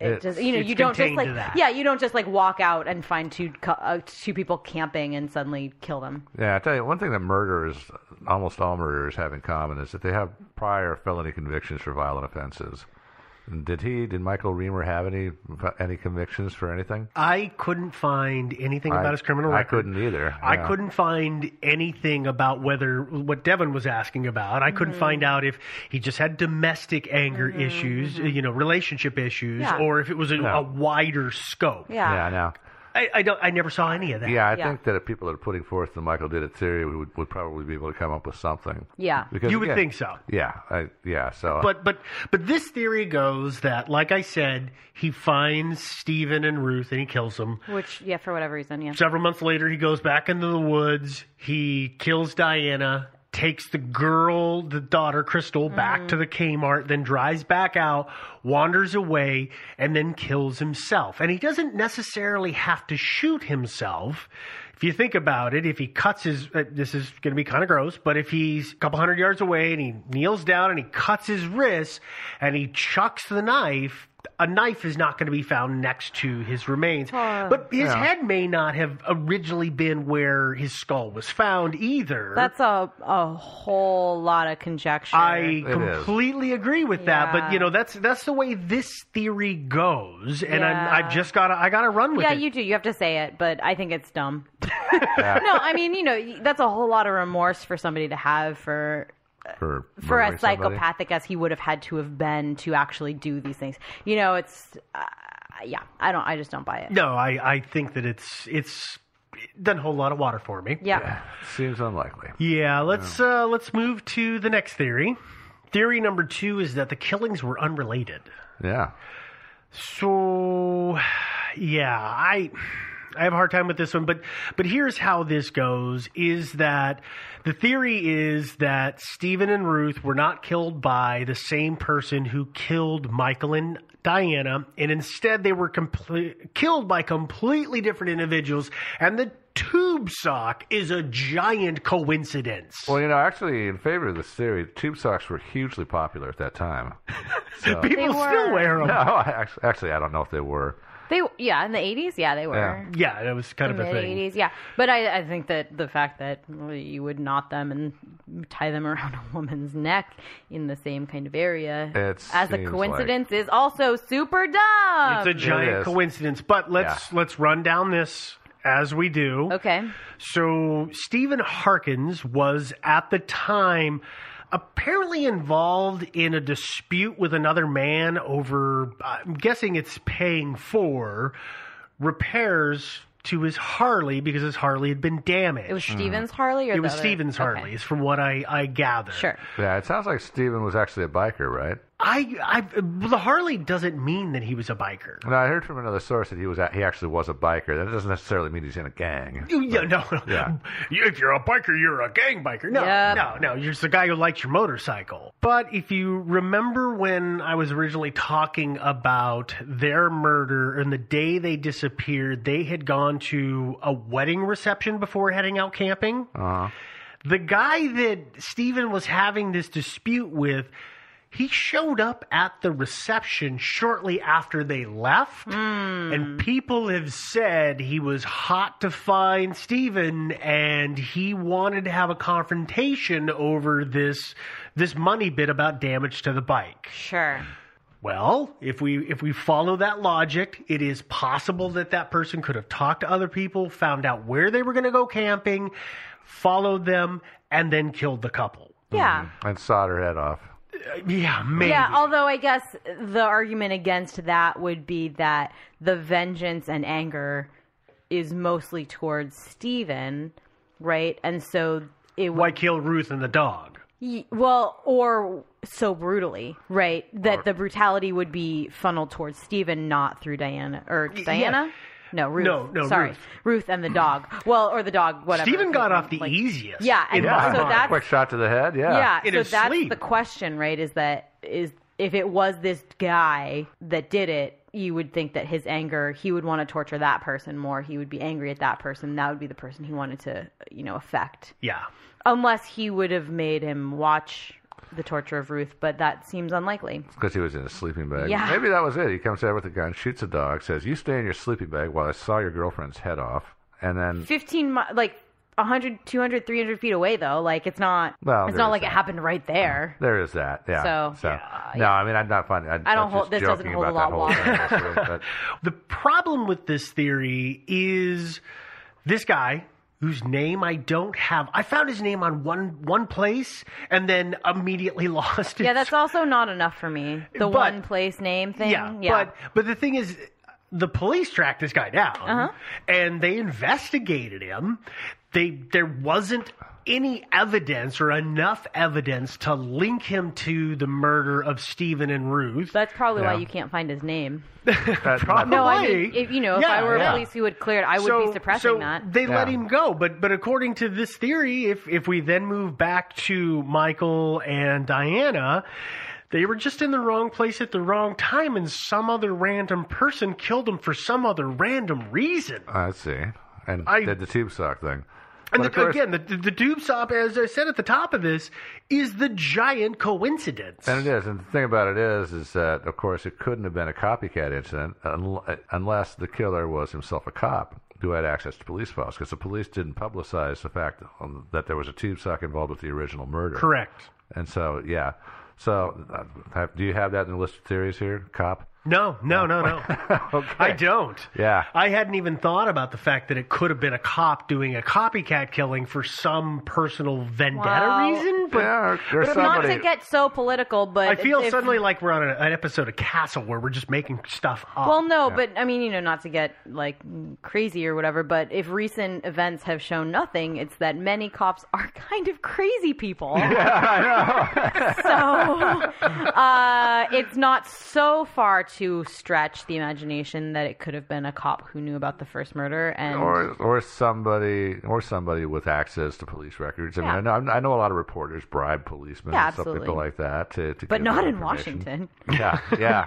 It
It's-
just you know
it's
you don't just
contained
like
to that.
yeah you don't just like walk out and find two cou- uh, two people camping and suddenly kill them
Yeah, I tell you, one thing that murderers, almost all murderers, have in common is that they have prior felony convictions for violent offenses. Did he? Did Michael Reamer have any any convictions for anything?
I couldn't find anything about
I-
his criminal
I
record.
couldn't either,
I
yeah.
couldn't find anything about whether what Devin was asking about. I
Mm-hmm.
couldn't find out if he just had domestic anger issues, you know, relationship issues,
mm-hmm. Yeah.
or if it was a,
No.
a wider scope.
Yeah, I know.
I, I don't. I never saw any of that.
Yeah, I
Ah. Yeah.
think that if people are putting forth the Michael did it theory, we would, would probably be able to come up with something.
Yeah.
Because
You would
again-
think so.
Yeah, I, yeah. So,
But but but this theory goes that, like I said, he finds Stephen and Ruth and he kills them.
Which, yeah, for whatever reason, yeah.
Several months later, he goes back into the woods. He kills Diana, takes the girl, the daughter, Crystal, back to the Kmart, then drives back out, wanders away, and then kills himself. And he doesn't necessarily have to shoot himself. If you think about it, if he cuts his, uh, this is going to be kind of gross, but if he's a couple hundred yards away and he kneels down and he cuts his wrist and he chucks the knife, a knife is not going to be found next to his remains. but his head may not have originally been where his skull was found either.
That's a, a whole lot of conjecture.
I
It is.
completely agree with that, but
Yeah.
you know that's that's the way this theory goes, and
Yeah.
I'm, I've just got to I got to run with
yeah,
it.
you do. You have to say it, but I think it's dumb. No, I mean, you know, that's a whole lot of remorse for somebody to have for
for,
for
murdering
as
somebody.
psychopathic as he would have had to have been to actually do these things. You know, it's uh, yeah. I don't. I just don't buy it.
no, I I think that it's it's done a whole lot of water for me.
Yeah.
seems unlikely.
Yeah, let's uh let's move to the next theory. Theory number 2 is that the killings were unrelated.
Yeah.
So, yeah, I I have a hard time with this one, but but here's how this goes: is that the theory is that Stephen and Ruth were not killed by the same person who killed Michael and Diana, and instead they were comple- killed by completely different individuals. And the tube sock is a giant coincidence.
Well, you know, actually, in favor of this theory, tube socks were hugely popular at that time. So-
People still wear them.
No, I, actually, actually, I don't know if they were.
They yeah, in the eighties, yeah, they were.
Yeah.
Yeah, that was kind of
the
a
mid
thing.
eighties, yeah. But I, I think that the fact that you would knot them and tie them around a woman's neck in the same kind of area
It
as a
seems
coincidence is also super dumb.
It's a giant
is.
coincidence. But let's let's run down this as we do.
okay.
So Stephen Harkins was at the time apparently involved in a dispute with another man over I'm guessing it's paying for repairs to his Harley because his Harley had been damaged.
It was Stevens Harley or
It
the
was
other-
Stevens
okay.
Harley, is from what I, I gather.
Sure.
Yeah, it sounds like Steven was actually a biker, right?
I, I the Harley doesn't mean that he was a biker.
No, I heard from another source that he was a- he actually was a biker. That doesn't necessarily mean he's in a gang.
You- Yeah, no.
Yeah.
You- If you're a biker, you're a gang biker. No,
Yep.
no, no. You're just the guy who likes your motorcycle. But if you remember when I was originally talking about their murder and the day they disappeared, they had gone to a wedding reception before heading out camping.
Uh-huh.
The guy that Steven was having this dispute with. He showed up at the reception shortly after they left.
Mm-hmm.
And people have said he was hot to find Steven and he wanted to have a confrontation over this this money bit about damage to the bike.
Sure.
Well, if we if we follow that logic, it is possible that that person could have talked to other people, found out where they were going to go camping, followed them and then killed the couple.
Yeah.
And sawed her head off.
Uh, Yeah, maybe.
Yeah, although I guess the argument against that would be that the vengeance and anger is mostly towards Steven, right? And so it would
Why kill Ruth and the dog?
y- well or so brutally, right? That the brutality would be funneled towards Steven not through Diana or Diana? No, Ruth.
No, no,
Sorry.
Ruth.
and the dog. Well, or the dog, whatever.
Steven got off the
Like-
easiest.
Yeah, and
in
also
my
so
mind.
that's-
Quick shot to the head. Yeah.
yeah,
In
so
his
that's
sleep.
the question, right? Is that is if it was this guy that did it, you would think that his anger, he would want to torture that person more. He would be angry at that person. That would be the person he wanted to, you know, affect.
Yeah.
Unless he would have made him watch the torture of Ruth, but that seems unlikely.
Because he was in a sleeping bag.
Yeah.
Maybe that was it. He comes out with a gun, shoots a dog, says, "You stay in your sleeping bag while I saw your girlfriend's head off," and then
15 mi- like 100, 200, 300 feet away though. Like it's not
Well,
it's
there
not
is
like
that.
it happened right there.
There is that, yeah.
So-
no,
Yeah,
I mean, I'm not finding. I,
don't
I'm
hold-
just
this doesn't
joking
hold a
about
lot
that whole thing, but
The problem with this theory is this guy whose name I don't have. I found his name on one one place and then immediately lost it.
Yeah, that's also not enough for me. The
But-
one place name thing.
Yeah, but but the thing is the police tracked this guy down
Uh-huh.
and they investigated him. They there wasn't any evidence or enough evidence to link him to the murder of Stephen and Ruth.
That's probably why
Yeah.
you can't find his name.
that- that-
Probably.
No, I mean, if, you know, if
Yeah,
I were
yeah.
a police who would clear it, I would be suppressing
so
that.
They let
Yeah.
him go, but but according to this theory, if if we then move back to Michael and Diana, they were just in the wrong place at the wrong time, and some other random person killed them for some other random reason.
I see. And
I-
did the tube sock thing.
And
Uh, But
the,
of course-
again, the the tube stop, as I said at the top of this, is the giant coincidence.
And it is. And the thing about it is, is that of course it couldn't have been a copycat incident unl- unless the killer was himself a cop who had access to police files, because the police didn't publicize the fact um, that there was a tube sock involved with the original murder.
Correct.
And so, yeah. So, uh, have, do you have that in the list of theories here, cop?
No, no, no, no.
Okay.
I don't.
Yeah.
I hadn't even thought about the fact that it could have been a cop doing a copycat killing for some personal vendetta
Wow.
reason. But
Yeah, there's
but I mean,
Not
somebody.
to get so political, but
I feel
if-
suddenly like we're on an, an episode of Castle where we're just making stuff up.
Well, no, but I mean, you know, not to get like crazy or whatever, but if recent events have shown nothing, it's that many cops are kind of crazy people. so uh, it's not so far to stretch the imagination that it could have been a cop who knew about the first murder and
or or somebody or somebody with access to police records. I mean,
Yeah.
I know I'm- I know a lot of reporters bribe policemen,
Yeah,
and stuff, people
absolutely.
like that, to, to
but
give
not
them
in
information.
Washington.
Yeah, yeah,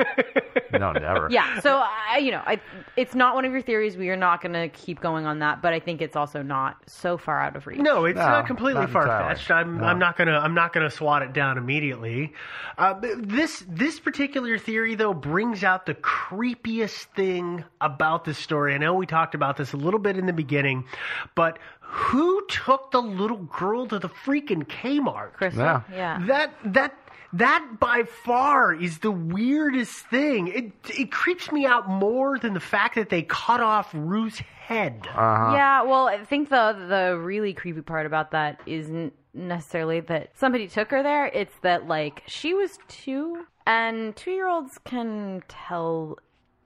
no, never.
Yeah. So I, you know, I, it's not one of your theories. We are not going to keep going on that, but I think it's also not so far out of reach.
No, it's
No,
not completely
not
far
entirely.
fetched. I'm
No.
I'm not gonna I'm not gonna swat it down immediately. Uh, but this this particular theory though brings out the creepiest thing about this story. I know we talked about this a little bit in the beginning, but who took the little girl to the freaking Kmart?
Crystal.
Yeah.
yeah.
That that that by far is the weirdest thing. It it creeps me out more than the fact that they cut off Rue's head.
Uh,
Yeah, well, I think the the really creepy part about that isn't necessarily that somebody took her there. It's that like she was two, and two year olds can tell.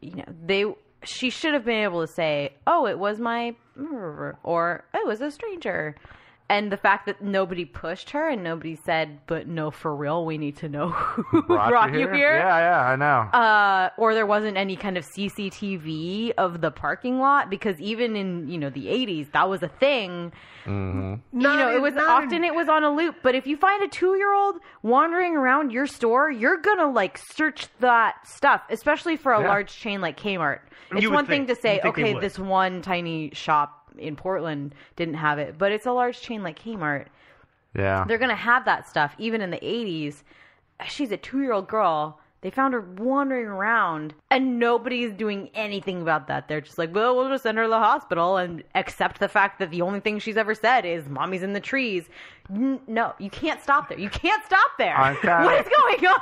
You know, they she should have been able to say, "Oh, it was my," or "It was a stranger." And the fact that nobody pushed her and nobody said, "But no, for real, we need to know who brought, you here."
Yeah, yeah, I know.
uh, or there wasn't any kind of CCTV of the parking lot because even in you know the 80s that was a thing.
Not
You know, it
in-
was
not in-
often it was on a loop. But if you find a two year old wandering around your store, you're gonna like search that stuff, especially for a
Yeah.
large chain like Kmart. It's
You would
one thing
think-
to say,
you'd think they
okay,
would.
this one tiny shop in Portland didn't have it, but it's a large chain like Kmart
yeah.
they're gonna have that stuff even in the 80s she's a two-year-old girl they found her wandering around and nobody's doing anything about that they're just like well we'll just send her to the hospital and accept the fact that the only thing she's ever said is mommy's in the trees N- no you can't stop there you can't stop there
I'm kinda-
what is going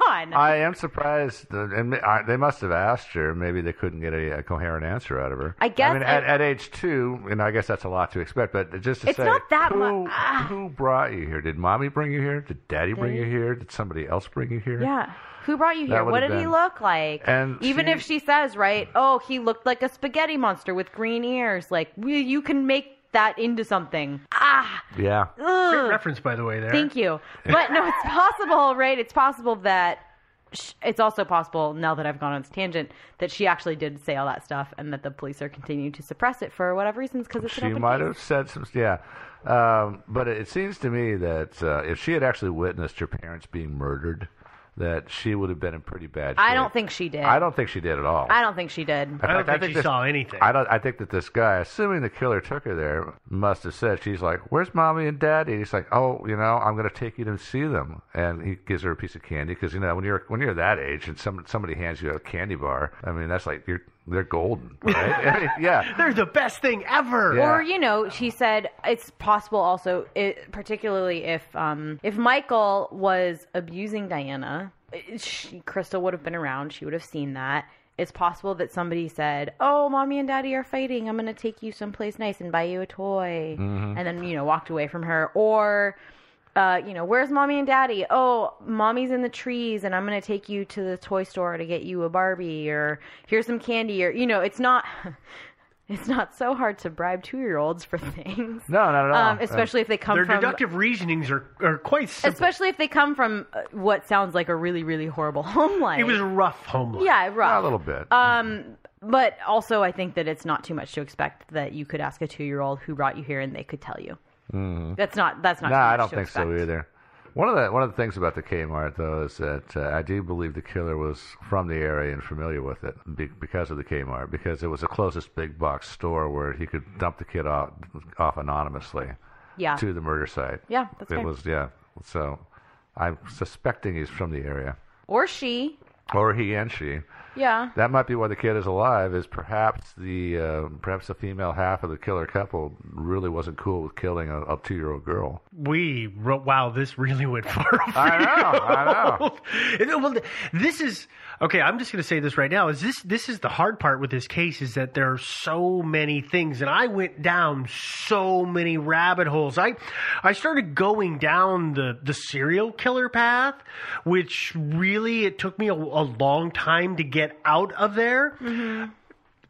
on
I am surprised, that, and I, they must have asked her. Maybe they couldn't get a, a coherent answer out of her.
I guess
I mean,
I-
at, at age two, and I guess that's a lot to expect. But just to
It's
say,
not that mu-
who,
ah.
who brought you here? Did mommy bring you here? Did daddy bring you here? Did somebody else bring you here?
yeah who brought you
That
here what
would've
did he
been-
look like
And
even
she-
if she says right oh he looked like a spaghetti monster with green ears like we- you can make that into something ah
yeah.
ugh.
Great reference, by the way, there.
Thank you. But no, it's possible, right? It's possible that sh- it's also possible now that I've gone on this tangent that she actually did say all that stuff and that the police are continuing to suppress it for whatever reasons because it's
She
an open
might
case.
have said some, yeah. Um, but it seems to me that uh, if she had actually witnessed her parents being murdered, that she would have been in pretty bad. Shape.
I don't think she did.
I don't think she did at all.
I don't think she did.
I don't
fact, I
think
think
she
this-
saw anything.
I don't. I think that this guy, assuming the killer took her there, must have said she's like, "Where's mommy and daddy?" He's like, "Oh, you know, I'm going to take you to see them." And he gives her a piece of candy because you know when you're when you're that age and some somebody hands you a candy bar, I mean that's like you're they're golden, right? I mean, yeah,
They're the best thing ever.
Yeah.
Or you know, she said it's possible also, it, particularly if um, if Michael was abusing Diana, it- she, Crystal would have been around. She would have seen that. It's possible that somebody said, "Oh, mommy and daddy are fighting. I'm going to take you someplace nice and buy you a toy," and then you know walked away from her. Or uh, you know, where's mommy and daddy? Oh, mommy's in the trees, and I'm gonna take you to the toy store to get you a Barbie, or here's some candy, or you know, it's not, it's not so hard to bribe two year olds for things.
no, not at all.
um, especially if they come
Their
from,
deductive reasonings are, are quite simple.
especially if they come from uh, what sounds like a really, really horrible home life.
it was a rough home life.
yeah, rough.
a little bit.
Um, but also, I think that it's not too much to expect that you could ask a two year old who brought you here, and they could tell you. That's not. That's not. too much
No, Mm-hmm. I don't
to
think so
expect.
either. One of the one of the things about the Kmart though is that uh, I do believe the killer was from the area and familiar with it be, because of the Kmart because it was the closest big box store where he could dump the kid off off anonymously
Yeah.
to the murder site.
Yeah, that's
it
fair.
was yeah. So I'm suspecting he's from the area
Or she.
or he and she.
Yeah.
That might be why the kid is alive. Is perhaps the uh, perhaps the female half of the killer couple really wasn't cool with killing a, a two year old girl.
We wrote, wow, this really went far.
I know. I know.
afield. well, this is okay. I'm just going to say this right now. Is this this is the hard part with this case? Is that there are so many things, and I went down so many rabbit holes. I I started going down the the serial killer path, which really it took me a, a long time to get out of there.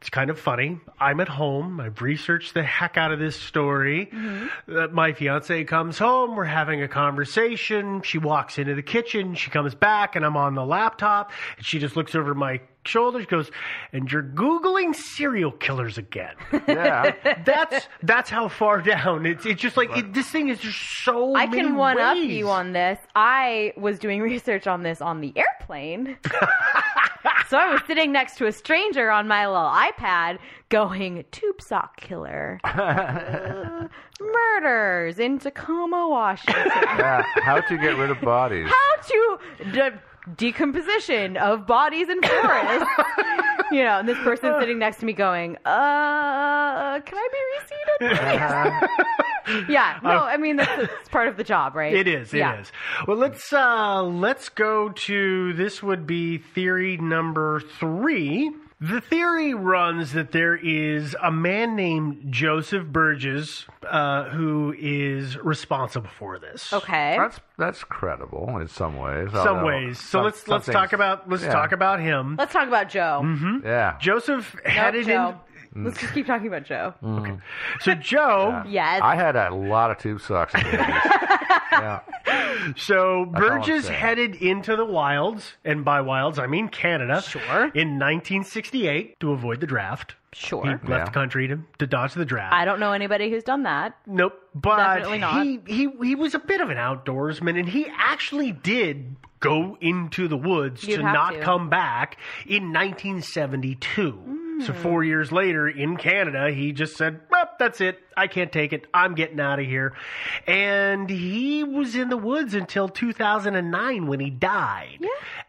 it's kind of funny. I'm at home. I've researched the heck out of this story.
Mm-hmm.
Uh, my fiance comes home. We're having a conversation. She walks into the kitchen. She comes back, and I'm on the laptop. And she just looks over my shoulder. She goes, "And you're googling serial killers again."
Yeah.
that's that's how far down. It's it's just like it, this thing is just so.
I can
many
one up
ways.
you on this. I was doing research on this on the airplane. So I was sitting next to a stranger on my little iPad going, tube sock killer. Uh, murders in Tacoma, Washington.
Yeah, how to get rid of bodies.
How to de- decomposition of bodies in forests. you know, and this person sitting next to me going, uh, can I be reseated? please?" yeah, no, I mean, that's, that's part of the job, right?
It is. It is.
Yeah.
Well, let's uh, let's go to this. Would be theory number three. The theory runs that there is a man named Joseph Burgess uh, who is responsible for this.
Okay.
That's that's credible in some ways.
Some
although
ways. So
Oh, some-
let's
some
let's
things-
talk about let's
yeah.
talk about him.
Let's talk about Joe.
Yeah.
Joseph
Nope,
had it in. Mm.
Joe. Let's just keep talking about Joe.
So Joe.
Yes.
I had a lot of tube socks. in the 80s. yeah.
So
all I'm
Burgess
saying.
headed into the wilds, and by wilds I mean Canada. Sure. In 1968 to avoid the draft.
sure.
He left
Yeah.
the country to, to dodge the draft.
I don't know anybody who's done that.
Nope. But
Definitely not.
He, he he was a bit of an outdoorsman and he actually did go into the woods
You'd
to
have
not
to.
come back in 1972. So
Hmm.
4 years later in Canada, he just said, well, that's it. I can't take it. I'm getting out of here." And he was in the woods until 2009 when he died.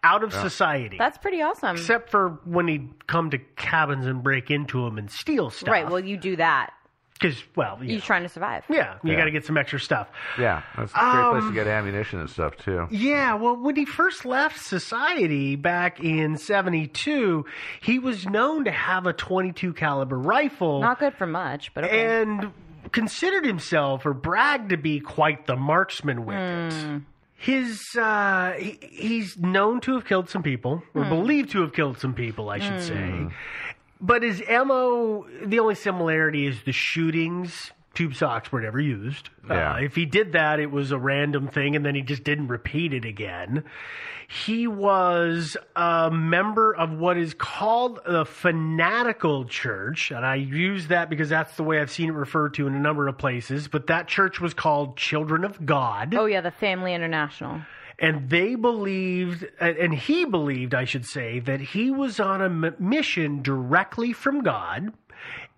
Out of society.
That's pretty awesome.
except for when he'd come to cabins and break into them and steal stuff.
right. Well, you do that.
cuz well, yeah.
You're trying to survive.
Yeah, you
Yeah.
got to get some extra stuff.
Yeah. That's a great
Um,
place to get ammunition and stuff too.
Yeah, well, when he first left society back in 72, he was known to have a 22 caliber rifle
Not good for much, but okay.
and considered himself or bragged to be quite the marksman with it. His uh, he, he's known to have killed some people, or believed to have killed some people, I should say. But his mo, the only similarity is the shootings. Tube socks were never used.
Yeah.
Uh, if he did that, it was a random thing, and then he just didn't repeat it again. He was a member of what is called the Fanatical Church, and I use that because that's the way I've seen it referred to in a number of places. But that church was called Children of God
oh yeah, the Family International.
and they believed and and he believed i should say that he was on a m- mission directly from god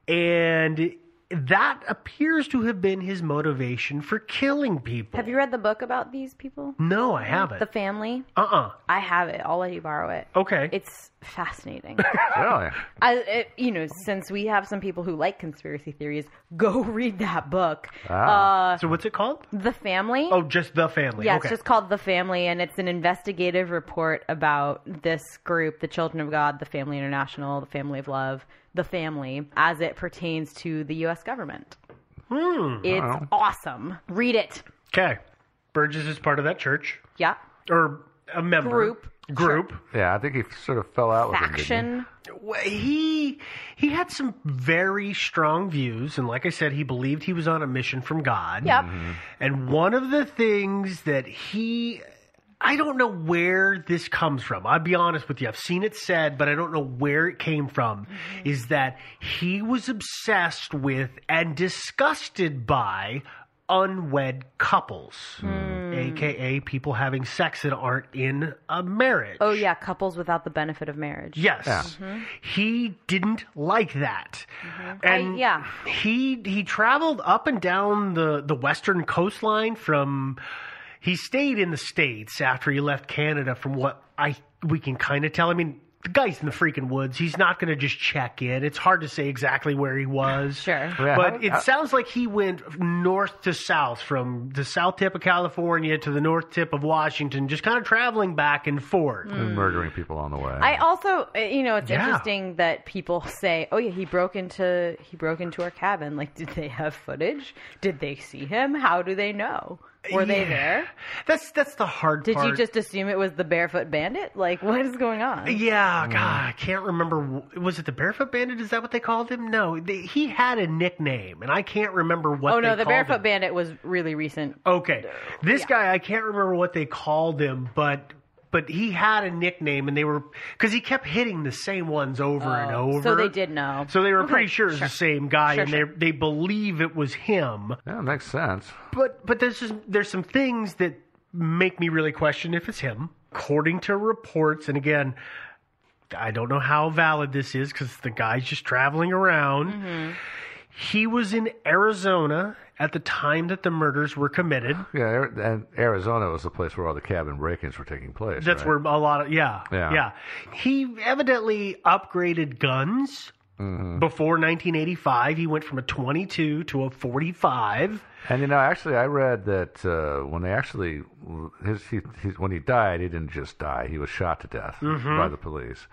and that appears to have been his motivation for killing people
Have you read the book about these people?
no i haven't
The family.
uh-uh
I have it. I'll let you borrow it.
okay
It's fascinating.
Really?
I, it, you know, since we have some people who like conspiracy theories, go read that book.
Ah.
Uh,
so what's it called
the family.
oh just the family
Yeah,
okay
it's just called The Family, and it's an investigative report about this group, the Children of God, the Family International, the Family of Love, the Family, as it pertains to the U.S. government.
Hmm.
It's awesome. Read it.
okay burgess is part of that church
Yeah.
or a member
Group.
group
Yeah. I think he sort of fell out with him. didn't he?
Faction.
Well, he he had some very strong views and like i said he believed he was on a mission from god
Yep.
and one of the things that he i don't know where this comes from i'll be honest with you i've seen it said but i don't know where it came from is that he was obsessed with and disgusted by unwed couples aka people having sex that aren't in a marriage
Oh, yeah, couples without the benefit of marriage.
Yes. Mm-hmm. He didn't like that. And
Mm-hmm. I- yeah.
he he traveled up and down the the western coastline from he stayed in the states after he left Canada from what I we can kind of tell. I mean, the guy's in the freaking woods. He's not going to just check in. It's hard to say exactly where he was.
Sure.
Yeah,
But
how-
it
how-
sounds like he went north to south, from the south tip of California to the north tip of Washington, just kind of traveling back and forth.
Mm.
and murdering people on the way.
I also, uh, you know, it's
Yeah.
interesting that people say, "Oh yeah, he broke into he broke into our cabin." Like, did they have footage? Did they see him? How do they know? Were they
Yeah.
there?
That's that's the hard
Did
part.
you just assume it was the barefoot bandit? Like, what is going on?
Yeah, God, I can't remember. wh- Was it the Barefoot Bandit? Is that what they called him? No, they, he had a nickname, and I can't remember what.
Oh no,
they
the
called
barefoot
him.
bandit was really recent.
Okay, this guy, I can't remember what they called him, but but he had a nickname, and they were because he kept hitting the same ones over and over.
Oh, So they did know.
So they were
Okay,
pretty sure it was the same guy,
Sure,
and
sure.
they they believe it was him.
yeah, makes sense.
But but there's just, there's some things that make me really question if it's him. According to reports, and again, I don't know how valid this is because the guy's just traveling around.
Mm-hmm.
Mhm.
He was in Arizona at the time that the murders were committed.
Yeah, Ari- and Arizona was the place where all the cabin break-ins were taking place.
That's
right?
where a lot of yeah,
Yeah.
He evidently upgraded guns
Mm-hmm.
before 1985. He went from a 22 to a 45.
And you know, actually, I read that uh, when they actually his, he, he when he died, he didn't just die; he was shot to death
Mhm.
by the police,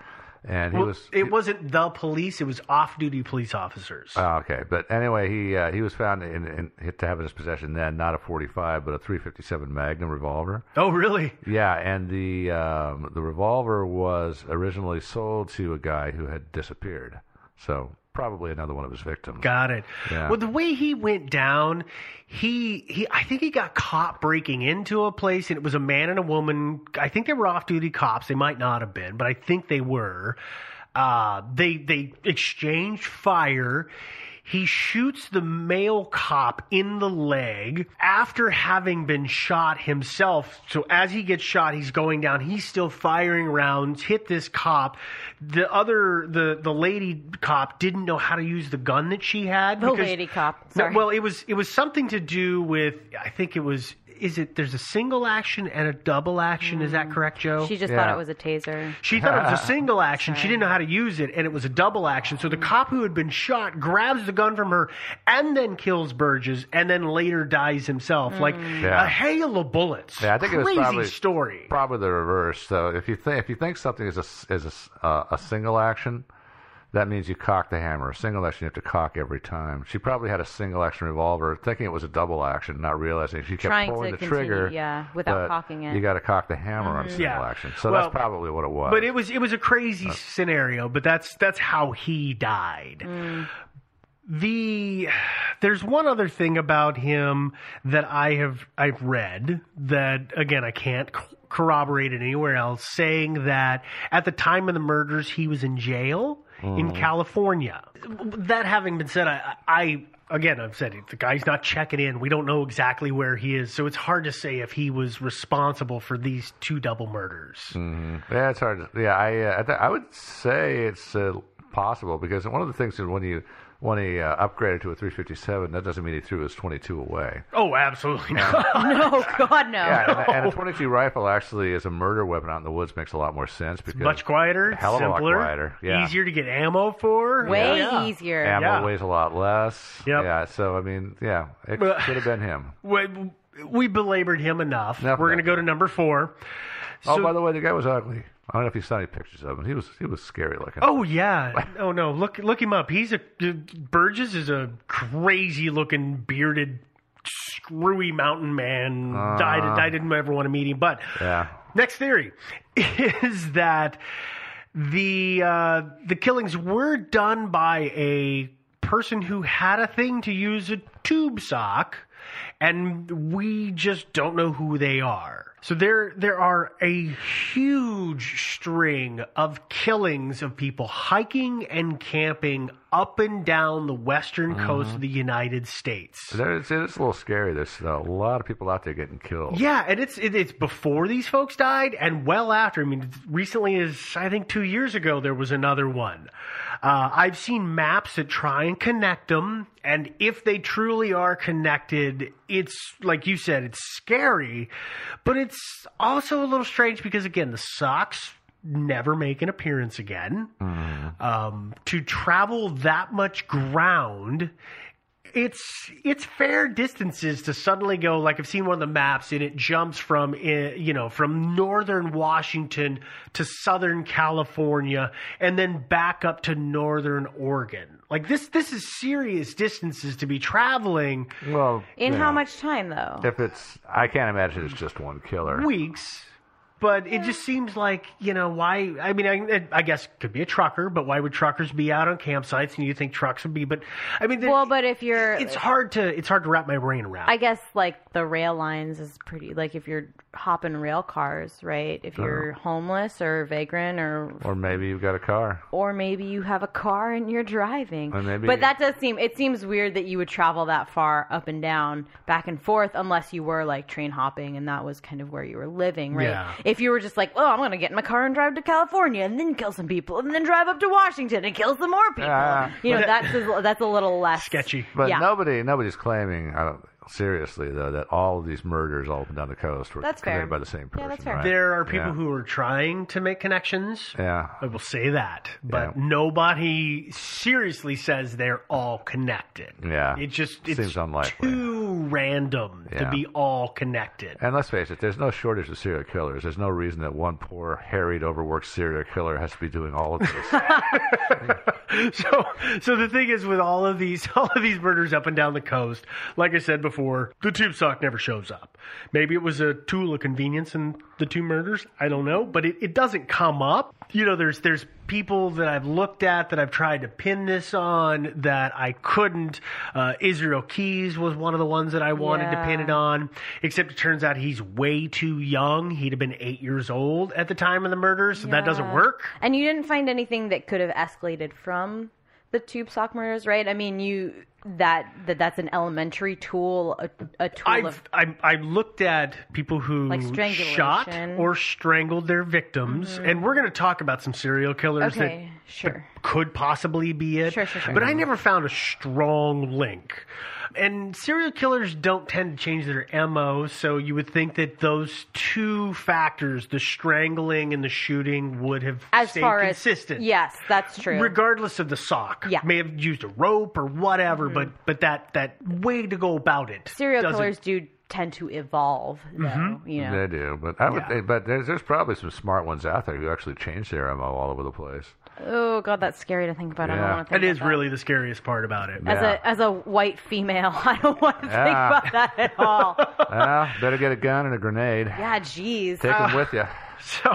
and he
Well,
was.
it wasn't the police; it was off-duty police officers.
Oh, okay, but anyway, he uh, he was found in, in, to have in his possession then not a 45, but a 357 Magnum revolver.
oh, really?
Yeah, and the um, the revolver was originally sold to a guy who had disappeared, so probably another one of his victims.
Got it.
Yeah.
Well, the way he went down, he he I think he got caught breaking into a place and it was a man and a woman. I think they were off-duty cops. They might not have been, but I think they were. Uh they they exchanged fire. He shoots the male cop in the leg after having been shot himself. So as he gets shot, he's going down. He's still firing rounds. Hit this cop. The other the the lady cop didn't know how to use the gun that she had.
The
because-
lady cop.
No,
Sorry.
well, it was it was something to do with I think it was is it there's a single action and a double action. Is that correct, Joe?
she just thought it was a taser.
She thought it was a single action. She didn't know how to use it, and it was a double action. So the cop who had been shot grabs the gun from her and then kills Burgess, and then later dies himself. Like
Mm. Yeah.
a hail of bullets.
Yeah, I think it was
Crazy
probably-
story.
Probably the reverse. So if you think if you think something is a s- is a, s- uh, a single action, that means you cock the hammer. A single action you have to cock every time. She probably had a single action revolver, thinking it was a double action, not realizing she kept
Trying
pulling
to
the
continue,
trigger.
yeah, without
but
cocking it. Mm-hmm.
You got to cock the hammer on single
Yeah.
action. So
Well,
that's probably what it was.
But it was it was a crazy scenario. But that's that's how he died. The there's one other thing about him that I have I've read that again I can't c- corroborate it anywhere else, saying that at the time of the murders he was in jail in California. That having been said, I. I Again, I've said it, the guy's not checking in. We don't know exactly where he is, so it's hard to say if he was responsible for these two double murders.
Mm-hmm. Yeah, it's hard. to- Yeah, I uh, I, th- I would say it's uh, possible because one of the things is when you when he uh, upgraded to a 357, that doesn't mean he threw his 22 away.
Oh, absolutely not.
no, God, no.
Yeah, and, a- and a 22 rifle actually is a murder weapon out in the woods makes a lot more sense because
Much quieter,
hell of a lot
simpler,
quieter, yeah.
easier to get ammo for.
Way
Yeah.
easier.
ammo
yeah.
weighs a lot less.
Yep.
Yeah, so I mean, yeah, it
But-
could have been him.
We, we belabored him enough.
Enough
We're going to
about
go to number four.
oh,
So-
by the way, the guy was ugly. I don't know if you saw any pictures of him. He was he was scary looking.
Oh yeah. Oh no. Look look him up. He's a Burgess is a crazy looking bearded screwy mountain man.
Ah.
died I didn't ever want to meet him. But
Yeah.
next theory is that the uh, the killings were done by a person who had a thing to use a tube sock, and we just don't know who they are. So there there are a huge string of killings of people hiking and camping up and down the western coast of the United States.
There- It's, it's a little scary. There's a lot of people out there getting killed.
Yeah, and it's it, it's before these folks died and well after. I mean, recently is I think two years ago there was another one. Uh, I've seen maps that try and connect them, and if they truly are connected, it's like you said, it's scary, but it's also a little strange because again, the socks never make an appearance again. Um, to travel that much ground it's it's fair distances to suddenly go like I've seen one of the maps and it jumps from eh, you know from northern Washington to southern California and then back up to northern Oregon. Like this this is serious distances to be traveling
Well,
In
you
how
know,
much time though?
If it's, I can't imagine it's just one killer.
weeks. But it just seems like you know why. I mean, I, I guess it could be a trucker, but why would truckers be out on campsites? And you think trucks would be? But I mean,
well, but if you're
it's hard to it's hard to wrap my brain around.
I guess like the rail lines is pretty like if you're hopping rail cars, right? If you're homeless or vagrant or
Or maybe you've got a car.
or maybe you have a car and you're driving.
Or maybe-
but that does seem it seems weird that you would travel that far up and down, back and forth, unless you were like train hopping and that was kind of where you were living, right?
Yeah.
If you were just like, oh, I'm gonna get in my car and drive to California and then kill some people and then drive up to Washington and kill some more people,
Yeah.
you know, that's a, that's a little less
Sketchy.
But
yeah.
nobody, nobody's claiming. I don't, seriously though, that all of these murders all up and down the coast were
That's
committed
fair.
by the same person.
Yeah, that's fair.
right?
There are people
Yeah.
who are trying to make connections.
Yeah.
I will say that, but
Yeah.
nobody seriously says they're all connected.
Yeah.
it just it's
Seems unlikely.
too random to
Yeah.
be all connected.
And let's face it, there's no shortage of serial killers. There's no reason that one poor, harried, overworked serial killer has to be doing all of this.
so so the thing is with all of these all of these murders up and down the coast like i said before the tube sock never shows up maybe it was a tool of convenience in the two murders i don't know but it, it doesn't come up you know there's there's people that i've looked at that i've tried to pin this on that i couldn't uh, israel keys was one of the ones that i wanted to pin
Yeah.
it on on, except it turns out he's way too young he'd have been eight years old at the time of the murder so that doesn't
Yeah.
work
And you didn't find anything that could have escalated from the tube sock murders, right? I mean, you that that that's an elementary tool, a, a tool
I've,
of
I, I looked at people who
Like strangulation. Mm-hmm.
shot or strangled their victims, and we're going to talk about some serial killers
okay, sure.
that could possibly be it.
Sure, sure, sure.
But I never found a strong link. And serial killers don't tend to change their MO, so you would think that those two factors, the strangling and the shooting, would have
As
stayed
far
consistent.
as yes, that's true.
Regardless of the sock,
Yeah. Mm-hmm.
may have used a rope or whatever, but but that that way to go about it.
Serial
doesn't- Mm-hmm.
killers do tend to evolve, though. You know,
They do, but I would.
Yeah.
But there's, there's probably some smart ones out there who actually change their MO all over the place.
oh god, that's scary to think about. I don't
Yeah.
want to think.
That is
about
really the scariest part about it.
That. As
Yeah.
a as a white female, I don't want to
Yeah.
think about that at all. Ah,
Ah, better get a gun and a grenade.
yeah, jeez.
Take
Ah.
them with you.
So,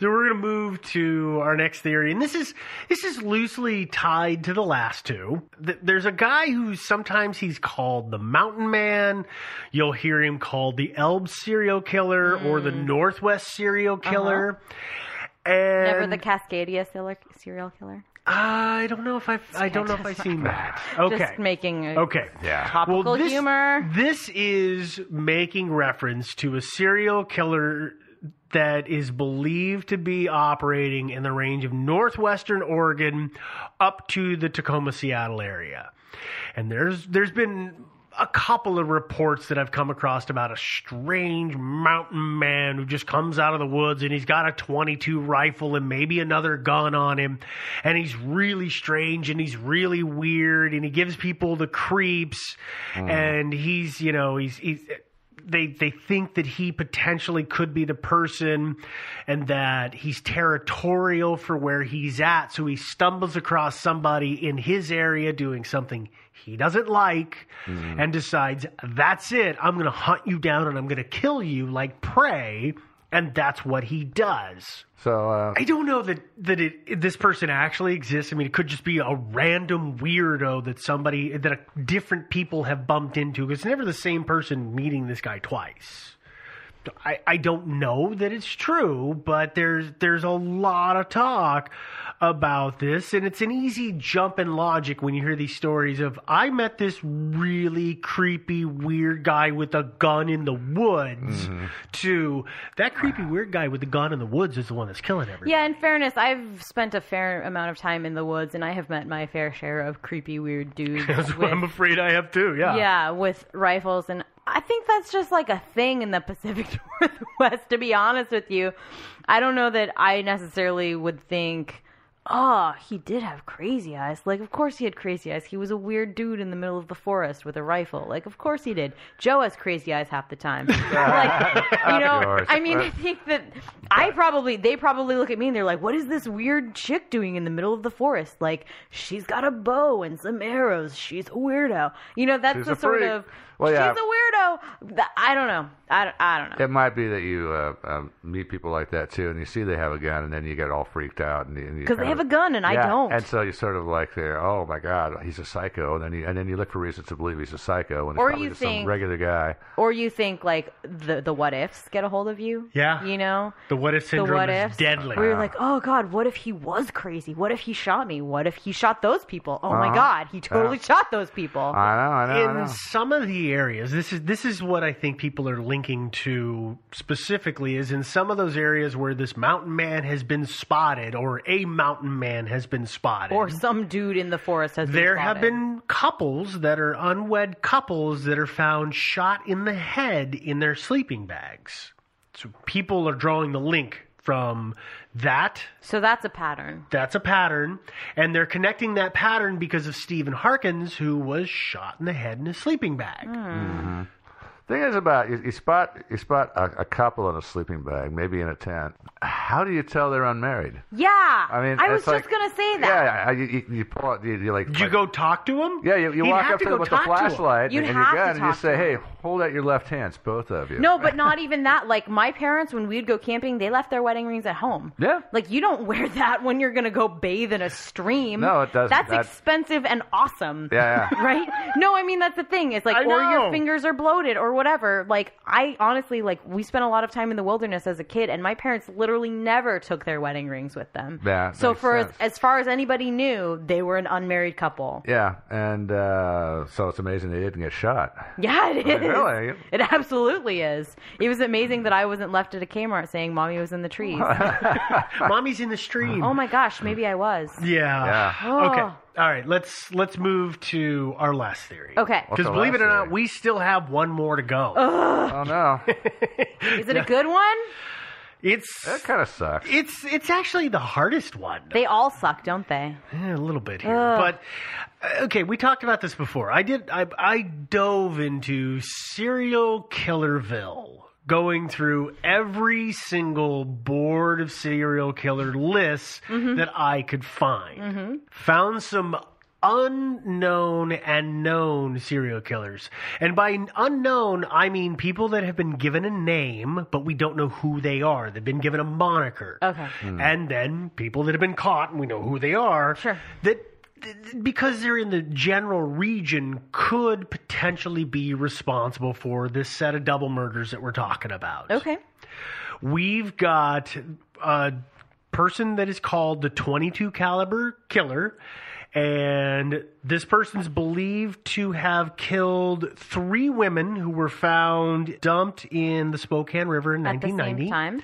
so we're going to move to our next theory, and this is this is loosely tied to the last two. Th- There's a guy who sometimes he's called the Mountain Man. You'll hear him called the Elb serial killer or the
Mm.
Northwest serial killer. And
Uh-huh. Never the Cascadia serial- serial killer.
I don't know if I I don't know if I've seen that. Okay.
Just making a
Okay.
Yeah.
topical
Well, this,
humor.
This is making reference to a serial killer that is believed to be operating in the range of northwestern Oregon up to the Tacoma Seattle area. And there's there's been a couple of reports that I've come across about a strange mountain man who just comes out of the woods and he's got a 22 rifle and maybe another gun on him and he's really strange and he's really weird and he gives people the creeps and he's you know he's he's they they think that he potentially could be the person and that he's territorial for where he's at so he stumbles across somebody in his area doing something he doesn't like and decides that's it i'm going to hunt you down and i'm going to kill you like prey and that's what he does
So uh,
I don't know that that it, this person actually exists. I mean, it could just be a random weirdo that somebody that a, different people have bumped into. It's never the same person meeting this guy twice. I, I don't know that it's true, but there's there's a lot of talk about this, and it's an easy jump in logic when you hear these stories of I met this really creepy weird guy with a gun in the woods. To that creepy weird guy with the gun in the woods is the one that's killing everybody.
Yeah, in fairness, I've spent a fair amount of time in the woods, and I have met my fair share of creepy, weird dudes.
That's what
with,
I'm afraid I have too. Yeah.
yeah, with rifles, and I think that's just like a thing in the Pacific Northwest. To be honest with you, I don't know that I necessarily would think. Oh, he did have crazy eyes. Like, of course he had crazy eyes. He was a weird dude in the middle of the forest with a rifle. Like, of course he did. Joe has crazy eyes half the time. like, you know,
course.
I mean, I think that I probably they probably look at me and they're like, "What is this weird chick doing in the middle of the forest? Like, she's got a bow and some arrows. She's a weirdo." You know, that's
She's
the
a
sort
freak.
of
Well, yeah.
she's a weirdo. Th- I don't know. I don't, I don't know.
It might be that you uh, um, meet people like that too, and you see they have a gun, and then you get all freaked out, and you- and you
'Cause they
kind
have a gun and I
Yeah,
don't.
and so you sort of like there, oh my god, he's a psycho, and then you and then you look for reasons to believe he's a psycho, and it's
Or
probably
you
just some
think-
regular guy.
Or you think like the the what ifs get a hold of you?
Yeah.
You know.
The what if syndrome
the what
is
ifs.
deadly.
We were like, oh god, what if he was crazy? What if he shot me? What if he shot those people? Oh
Uh-huh.
my god, he totally
Yeah.
shot those people.
I know, I know, I
in
know.
some of the areas this is this is what i think people are linking to specifically is in some of those areas where this mountain man has been spotted or a mountain man has been spotted
or some dude in the forest has.
there
been
have
spotted.
been couples that are unwed couples that are found shot in the head in their sleeping bags so people are drawing the link from that
So that's a pattern.
that's a pattern. And they're connecting that pattern because of Stephen Harkins, who was shot in the head in a sleeping bag.
Hmm.
Thing is about you, you spot you spot a, a couple in a sleeping bag, maybe in a tent. How do you tell they're unmarried?
Yeah.
I mean,
I was just
it's like-
gonna say that.
Yeah, I- you, you, you pull out, you, you like.
Did you
like-
go talk to him?
Yeah, you, you
He'd
walk
have
up
to
to
go
them with a
talk to him.
flashlight
You'd
and your
have to
gun, and you
talk to
say, "Hey,
them.
hold out your left hands, both of you."
No, but not even that. Like my parents, when we'd go camping, they left their wedding rings at home.
Yeah.
e- Like you don't wear that when you're gonna go bathe in a stream.
No, it doesn't.
That's
That-
expensive and awesome.
Yeah, yeah.
Right? No, I mean that's the thing. It's like
I
or
know.
your fingers are bloated or whatever. Like I honestly like we spent a lot of time in the wilderness as a kid, and my parents literally never took their wedding rings with them.
Yeah,
So
makes
for as,
sense.
as far as anybody knew, they were an unmarried couple.
Yeah, and uh, so it's amazing they didn't get shot.
Yeah, it is.
really?
It absolutely is. It was amazing that I wasn't left at a Kmart saying mommy was in the trees.
Mommy's in the stream.
oh my gosh, maybe I was.
Yeah.
Yeah.
Okay. All right. Let's let's move to our last theory.
Okay.
What's
Because
our
believe it
last
or not,
theory?
we still have one more to go.
Oh no,
Is it a good one?
It's
that kind of sucks.
it's it's actually the hardest one.
They all suck, don't they?
Eh, a little bit here, but uh, okay. We talked about this before. I did. I, I dove into serial killerville, going through every single board of serial killer lists that I could find. Found some unknown and known serial killers, and by unknown I mean people that have been given a name, but we don't know who they are. They've been given a moniker
Okay.
and then people that have been caught and we know who they are
Hmm. Sure.
that th- th- because they're in the general region could potentially be responsible for this set of double murders that we're talking about
Okay.
we've got a person that is called the 22 caliber killer and this person's believed to have killed three women who were found dumped in the Spokane River in
At the
1990.
same time.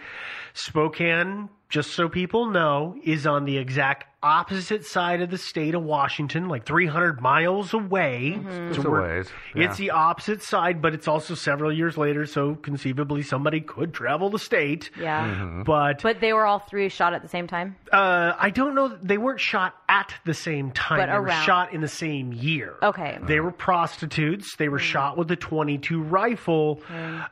Spokane, just so people know, is on the exact opposite side of the state of Washington, like 300 miles away.
Mm-hmm.
It's a
we're-
ways.
It's the opposite side, but it's also several years later, so conceivably somebody could travel the state.
Yeah.
But
But they were all three shot at the same time.
uh, I don't know. They weren't shot at the same time.
But
they were
around.
shot in the same year.
Okay. Mm.
They were prostitutes. They were shot with a 22 rifle,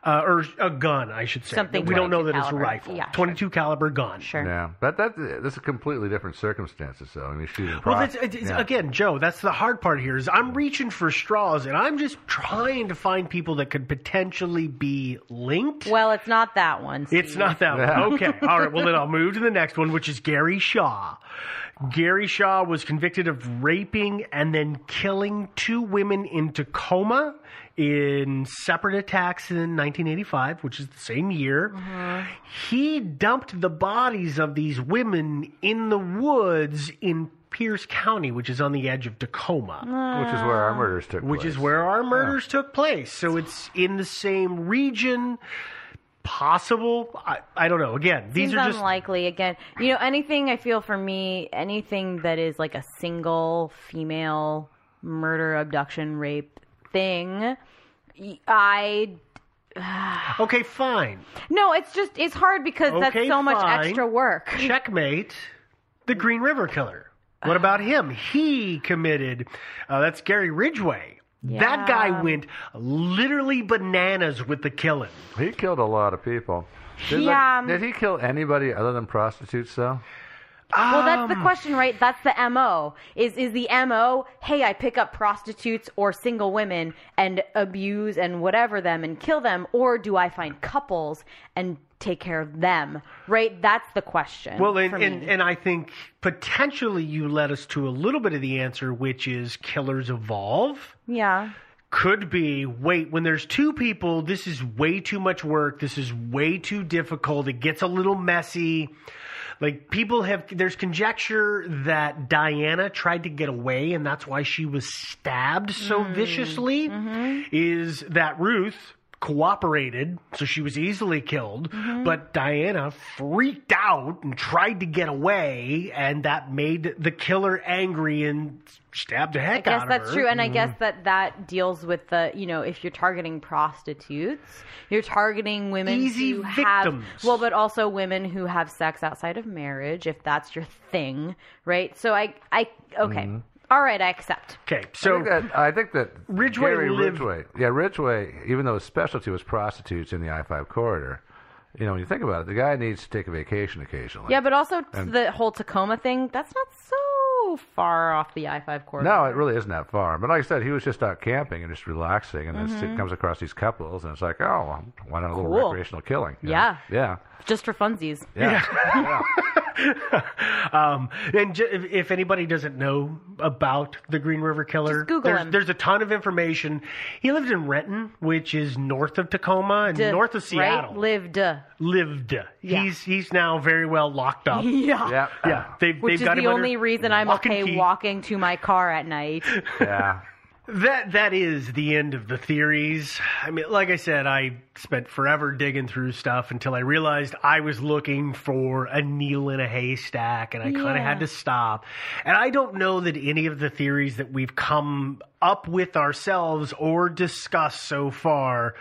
uh, or a gun, I should say.
Something
we don't know
22
that it's a
caliber.
rifle.
Yeah, sure.
22 caliber gun.
Sure.
Yeah, but that this is completely different circumstances, though. I mean, shooting.
Well,
pro-
that's, it's, it's-
yeah.
again, Joe, that's the hard part here is I'm reaching for straws and I'm just trying to find people that could potentially be linked.
Well, it's not that one.
It's
Steve.
not that one. Okay. All right. Well, then I'll move to the next one, which is Gary Shaw. Gary Shaw was convicted of raping and then killing two women in Tacoma in separate attacks in 1985, which is the same year. He dumped the bodies of these women in the woods in Pierce County, which is on the edge of Tacoma
which is where our murders took
which
place.
is where our murders took place. So it's in the same region. Possible? I, I don't know. Again, these
Seems
are just
unlikely again. You know, anything I feel for me, anything that is like a single female murder, abduction, rape thing, I
okay. Fine.
no, it's just it's hard because that's
Okay,
so much
fine.
extra work.
Checkmate. The Green River Killer. What about him? He committed. Uh, that's Gary Ridgway. That guy went literally bananas with the killing.
he killed a lot of people. Did, like,
Yeah.
did he kill anybody other than prostitutes, though?
well, that's
Um,
the question, right? That's the mo. Is is the mo? Hey, I pick up prostitutes or single women and abuse and whatever them and kill them, or do I find couples and take care of them? Right? That's the question.
Well, and,
for me.
and, and I think potentially you led us to a little bit of the answer, which is killers evolve.
yeah,
Could be, wait, when there's two people, this is way too much work. This is way too difficult. It gets a little messy. Like, people have, there's conjecture that Diana tried to get away and that's why she was stabbed so
Mm-hmm.
viciously. Is that Ruth cooperated, so she was easily killed,
Mm-hmm.
but Diana freaked out and tried to get away, and that made the killer angry and stabbed the
I
heck
guess
out of her.
that's true, and I guess that that deals with the you know if you're targeting prostitutes, you're targeting women
Easy
who
victims.
have well, but also women who have sex outside of marriage, if that's your thing, right? So I I okay, All right, I accept.
Okay,
I
so
think that, I think that
Ridgway
Gary
lived-
Ridgway, yeah, Ridgway, even though his specialty was prostitutes in the I five corridor, you know, when you think about it, the guy needs to take a vacation occasionally.
Yeah, but also
And-
the whole Tacoma thing, that's not so far off the I 5 corridor.
No, it really isn't that far. But like I said, he was just out camping and just relaxing, and it's it comes across these couples, and it's like, oh, well, why not a little
Mm-hmm. Cool.
recreational killing? you know?
Yeah.
yeah,
Just for funsies.
yeah. yeah.
um, and j- if, if anybody doesn't know about the Green River Killer,
Just Google
there's,
him.
there's a ton of information. He lived in Renton, which is north of Tacoma and
Duh,
north of Seattle.
Right? Lived. uh,
lived. He's he's now very well locked up.
Yeah.
yeah,
Yeah, they've,
Which
they've
is
got
the
him under
only reason I'm
lock and
okay
key.
walking to my car at night.
yeah.
That that is the end of the theories. I mean, like I said, I spent forever digging through stuff until I realized I was looking for a needle in a haystack, and I kind of
Yeah.
had to stop. And I don't know that any of the theories that we've come up with ourselves or discussed so far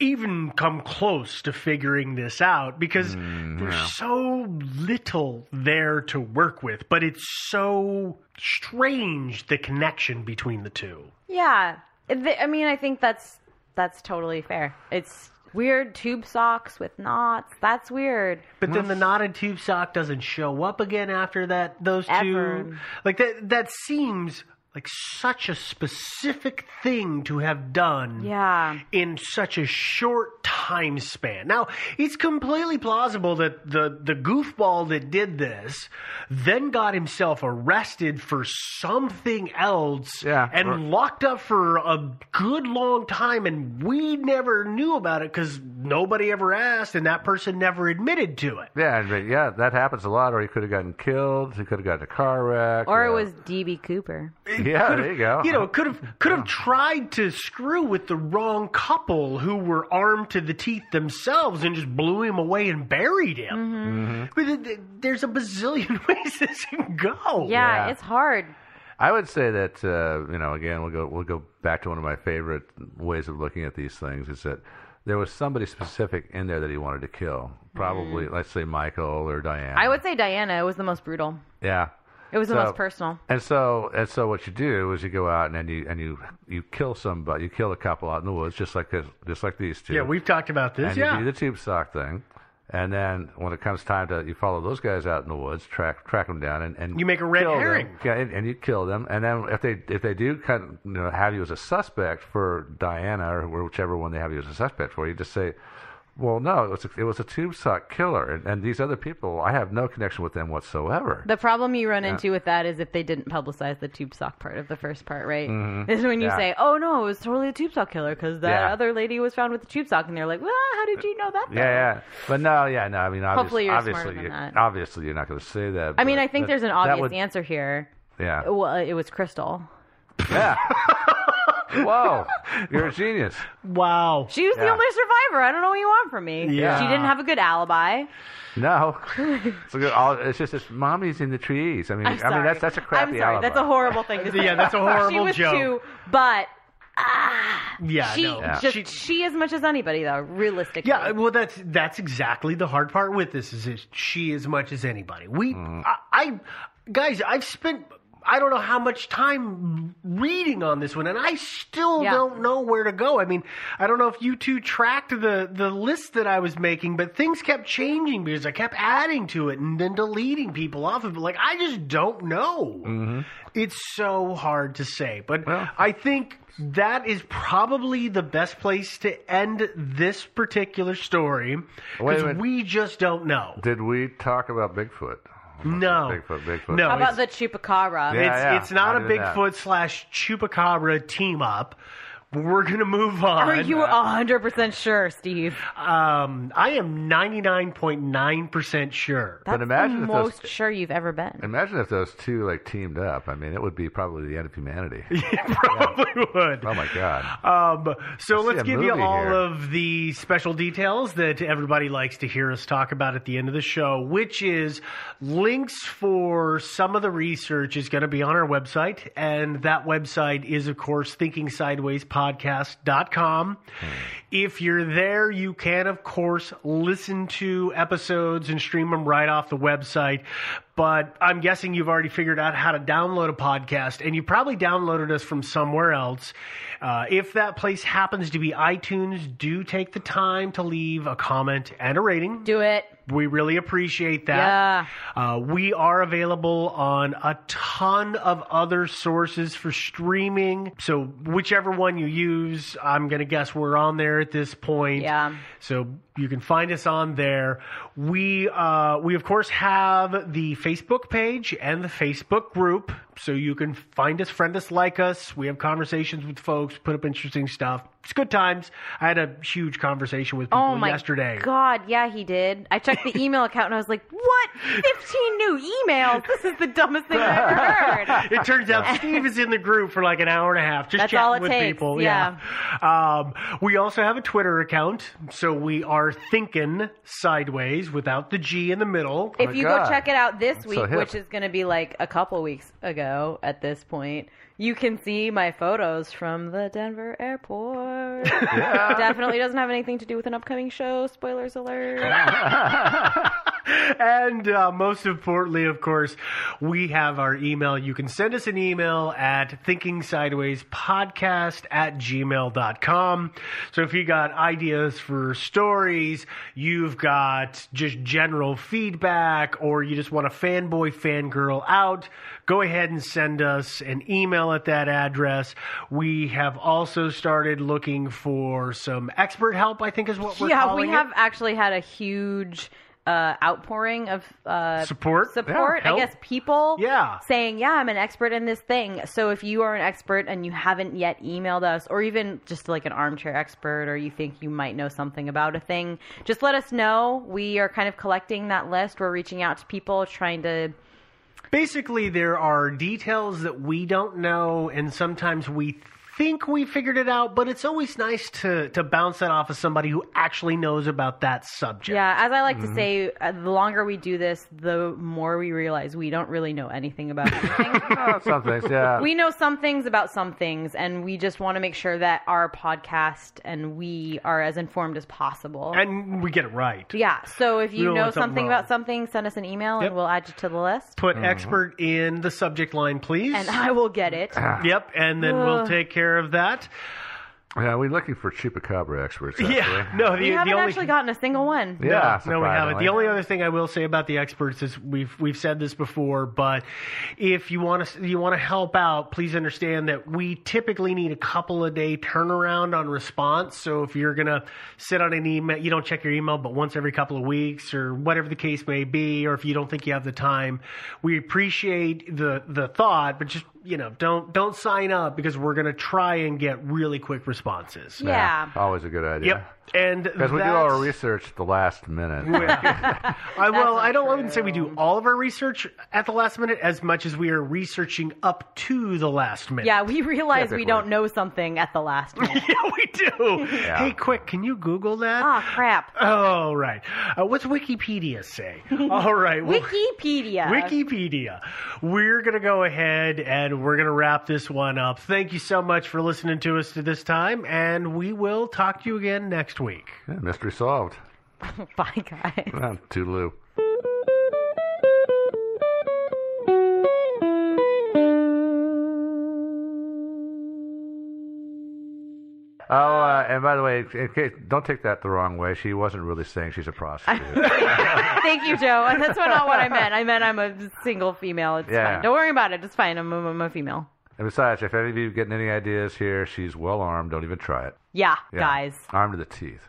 even come close to figuring this out because there's so little there to work with, but it's so strange the connection between the two.
yeah. Th- I mean, I think that's that's totally fair. It's weird tube socks with knots. That's weird.
But then the knotted tube sock doesn't show up again after that. Those two,
Ever.
like that, that seems like such a specific thing to have done.
Yeah.
in such a short time span. Now, it's completely plausible that the, the goofball that did this then got himself arrested for something else
Yeah.
and
Or-
locked up for a good long time, and we never knew about it because nobody ever asked, and that person never admitted to it.
Yeah, and- but yeah, that happens a lot. Or he could have gotten killed. He could have gotten in a car wreck.
Or
uh,
it was DB Cooper.
Yeah, there you go.
You know, could have could have tried to screw with the wrong couple who were armed to the teeth themselves and just blew him away and buried him.
Mm-hmm.
But th- th- there's a bazillion ways this can go.
Yeah,
Yeah.
it's hard.
I would say that uh, you know, again, we'll go we'll go back to one of my favorite ways of looking at these things is that there was somebody specific in there that he wanted to kill. Probably, let's say Michael or Diane.
Mm. I would say Diana was the most brutal.
yeah.
It was the
So-
most personal.
And so, and so, what you do is you go out and, then you and you you kill somebody, you kill a couple out in the woods, just like this, just like these two.
Yeah, we've talked about this.
and
yeah.
you do the tube sock thing, and then when it comes time to you follow those guys out in the woods, track track them down, and, and
You make a red
kill them.
herring.
yeah, and, and you kill them, and then if they if they do kind of you know, have you as a suspect for Diana or whichever one they have you as a suspect for, you just say. Well, no, it was a, it was a tube sock killer, and, and these other people, I have no connection with them whatsoever.
The problem you run into with that is if they didn't publicize the tube sock part of the first part, right? Is when you
Mm-hmm. Yeah.
say, "Oh no, it was totally a tube sock killer because that
Yeah.
other lady was found with a tube sock," and they're like, "Well, how did you know that?"
Yeah,
though?"
yeah, but no, yeah, no. I mean,
Hopefully
obviously,
you're smarter
obviously,
than
you,
that.
obviously, you're not going to say that.
I mean,
but
I think
that-
there's an
that
obvious
would-
answer here.
Yeah.
Well, it was Crystal.
yeah. Whoa, you're a genius.
wow.
She was the
Yeah.
only survivor. I don't know what you want from me.
Yeah.
She didn't have a good alibi.
No, it's, a good, all, it's just it's mommy's in the trees. I mean,
I'm
I mean
sorry.
that's that's a crappy
I'm sorry.
alibi.
That's a horrible thing to say.
Yeah, that's a horrible
she was
joke.
Too, but
Yeah,
she
no.
just
She-
she, as much as anybody though. Realistically.
Yeah, well, that's that's exactly the hard part with this is, is she as much as anybody. We, I, I, guys, I've spent. I don't know how much time reading on this one, and I still
Yeah.
don't know where to go. I mean, I don't know if you two tracked the the list that I was making, but things kept changing because I kept adding to it and then deleting people off of it. Like I just don't know. It's so hard to say, but I think that is probably the best place to end this particular story
Wait a
because
minute.
we just don't know.
Did we talk about Bigfoot?
No.
Bigfoot, Bigfoot.
No,
How
it's-
about the chupacabra?
Yeah,
it's,
yeah,
it's not
I
a
knew that.
Bigfoot slash chupacabra team up. We're gonna move on.
Are you 100% sure, Steve?
Um, I am ninety nine point nine percent sure.
That's
imagine
the
if those-
most sure you've ever been.
Imagine if those two like teamed up. I mean, it would be probably the end of humanity.
Probably would.
oh my god!
Um, so
I see
let's
a
give you
movie
all
here.
of the special details that everybody likes to hear us talk about at the end of the show, which is links for some of the research is going to be on our website. And that website is, of course, thinkingsidewayspodcast.com.
Hmm.
If you're there, you can, of course, listen to episodes and stream them right off the website. But I'm guessing you've already figured out how to download a podcast, and you probably downloaded us from somewhere else. Uh, if that place happens to be iTunes, do take the time to leave a comment and a rating.
Do it.
We really appreciate that.
Yeah.
Uh, we are available on a ton of other sources for streaming. So, whichever one you use, I'm going to guess we're on there at this point.
Yeah.
So you can find us on there. We uh, we of course have the Facebook page and the Facebook group, so you can find us, friend us, like us. We have conversations with folks, put up interesting stuff. It's good times. I had a huge conversation with people
Oh my
yesterday.
God, yeah, he did. I checked the email account and I was like, "What? Fifteen new emails? This is the dumbest thing I've ever
Oh
heard."
It turns out Steve is in the group for like an hour and a half, just
That's
chatting
all it
with
takes,
people.
yeah.
Um, we also have a Twitter account, so we are thinking sideways without the G in the middle.
If you
God.
go check it out this
so
week,
hip.
which is going to be like a couple weeks ago at this point, you can see my photos from the Denver airport. Definitely doesn't have anything to do with an upcoming show. Spoilers alert.
and uh, most importantly, of course, we have our email. You can send us an email at thinkingsidewayspodcast at gmail.com. So if you got ideas for stories, you've got just general feedback, or you just want a fanboy, fangirl out, go ahead and send us an email at that address. We have also started looking for some expert help, I think is what we're
yeah,
calling
we
it.
have actually had a huge uh, outpouring of uh,
Support?
Support,
Yeah,
I
help.
guess people.
Yeah.
saying, "Yeah, I'm an expert in this thing." So if you are an expert and you haven't yet emailed us, or even just like an armchair expert, or you think you might know something about a thing, just let us know. We are kind of collecting that list. We're reaching out to people, trying to.
basically there are details that we don't know and sometimes we think we figured it out but it's always nice to to bounce that off of somebody who actually knows about that subject
Yeah, as I like
Mm-hmm.
to say, uh, the longer we do this, the more we realize we don't really know anything about anything.
Oh, some things, yeah.
we know some things about some things, and we just want to make sure that our podcast and we are as informed as possible.
and we get it right
yeah, so if
We
you
don't
know
want something
something
wrong.
about something, send us an email
Yep.
and we'll add you to the list.
put expert in the subject line please
And I will get it.
yep and then we'll take care of that
yeah, we're looking for chupacabra experts. Actually.
yeah no the,
We haven't
the only
actually gotten a single one.
yeah.
no, we haven't.
surprisingly.
The only other thing I will say about the experts is we've we've said this before, but if you want to you want to help out, please understand that we typically need a couple of day turnaround on response. So if you're gonna sit on an email, you don't check your email, but once every couple of weeks or whatever the case may be, or if you don't think you have the time, we appreciate the the thought, but just you know don't don't sign up because we're gonna try and get really quick responses.
Yeah.
always a good idea.
Yep. And
Because we do all our
that's-
research at the last minute.
I well, I don't. I
untrue.
wouldn't say we do all of our research at the last minute as much as we are researching up to the last minute.
Yeah, we realize we
Typically.
don't know something at the last minute.
yeah, we do. Hey, quick, can you Google that?
oh, crap.
All right. Uh, what's Wikipedia say? All right. well-
Wikipedia.
Wikipedia. We're going to go ahead and we're going to wrap this one up. Thank you so much for listening to us to this time, and we will talk to you again next week.
Yeah, mystery solved.
Bye, guys.
Ah, Toodaloo. Oh, uh, and by the way, in case, don't take that the wrong way. She wasn't really saying she's a prostitute.
Thank you, Joe. And That's what, not what I meant. I meant I'm a single female. It's
Yeah.
fine. Don't worry about it. It's fine. I'm a, I'm a female.
and besides, if any of you getting any ideas here, she's well armed. Don't even try it.
Yeah,
Yeah.
guys.
Armed to the teeth.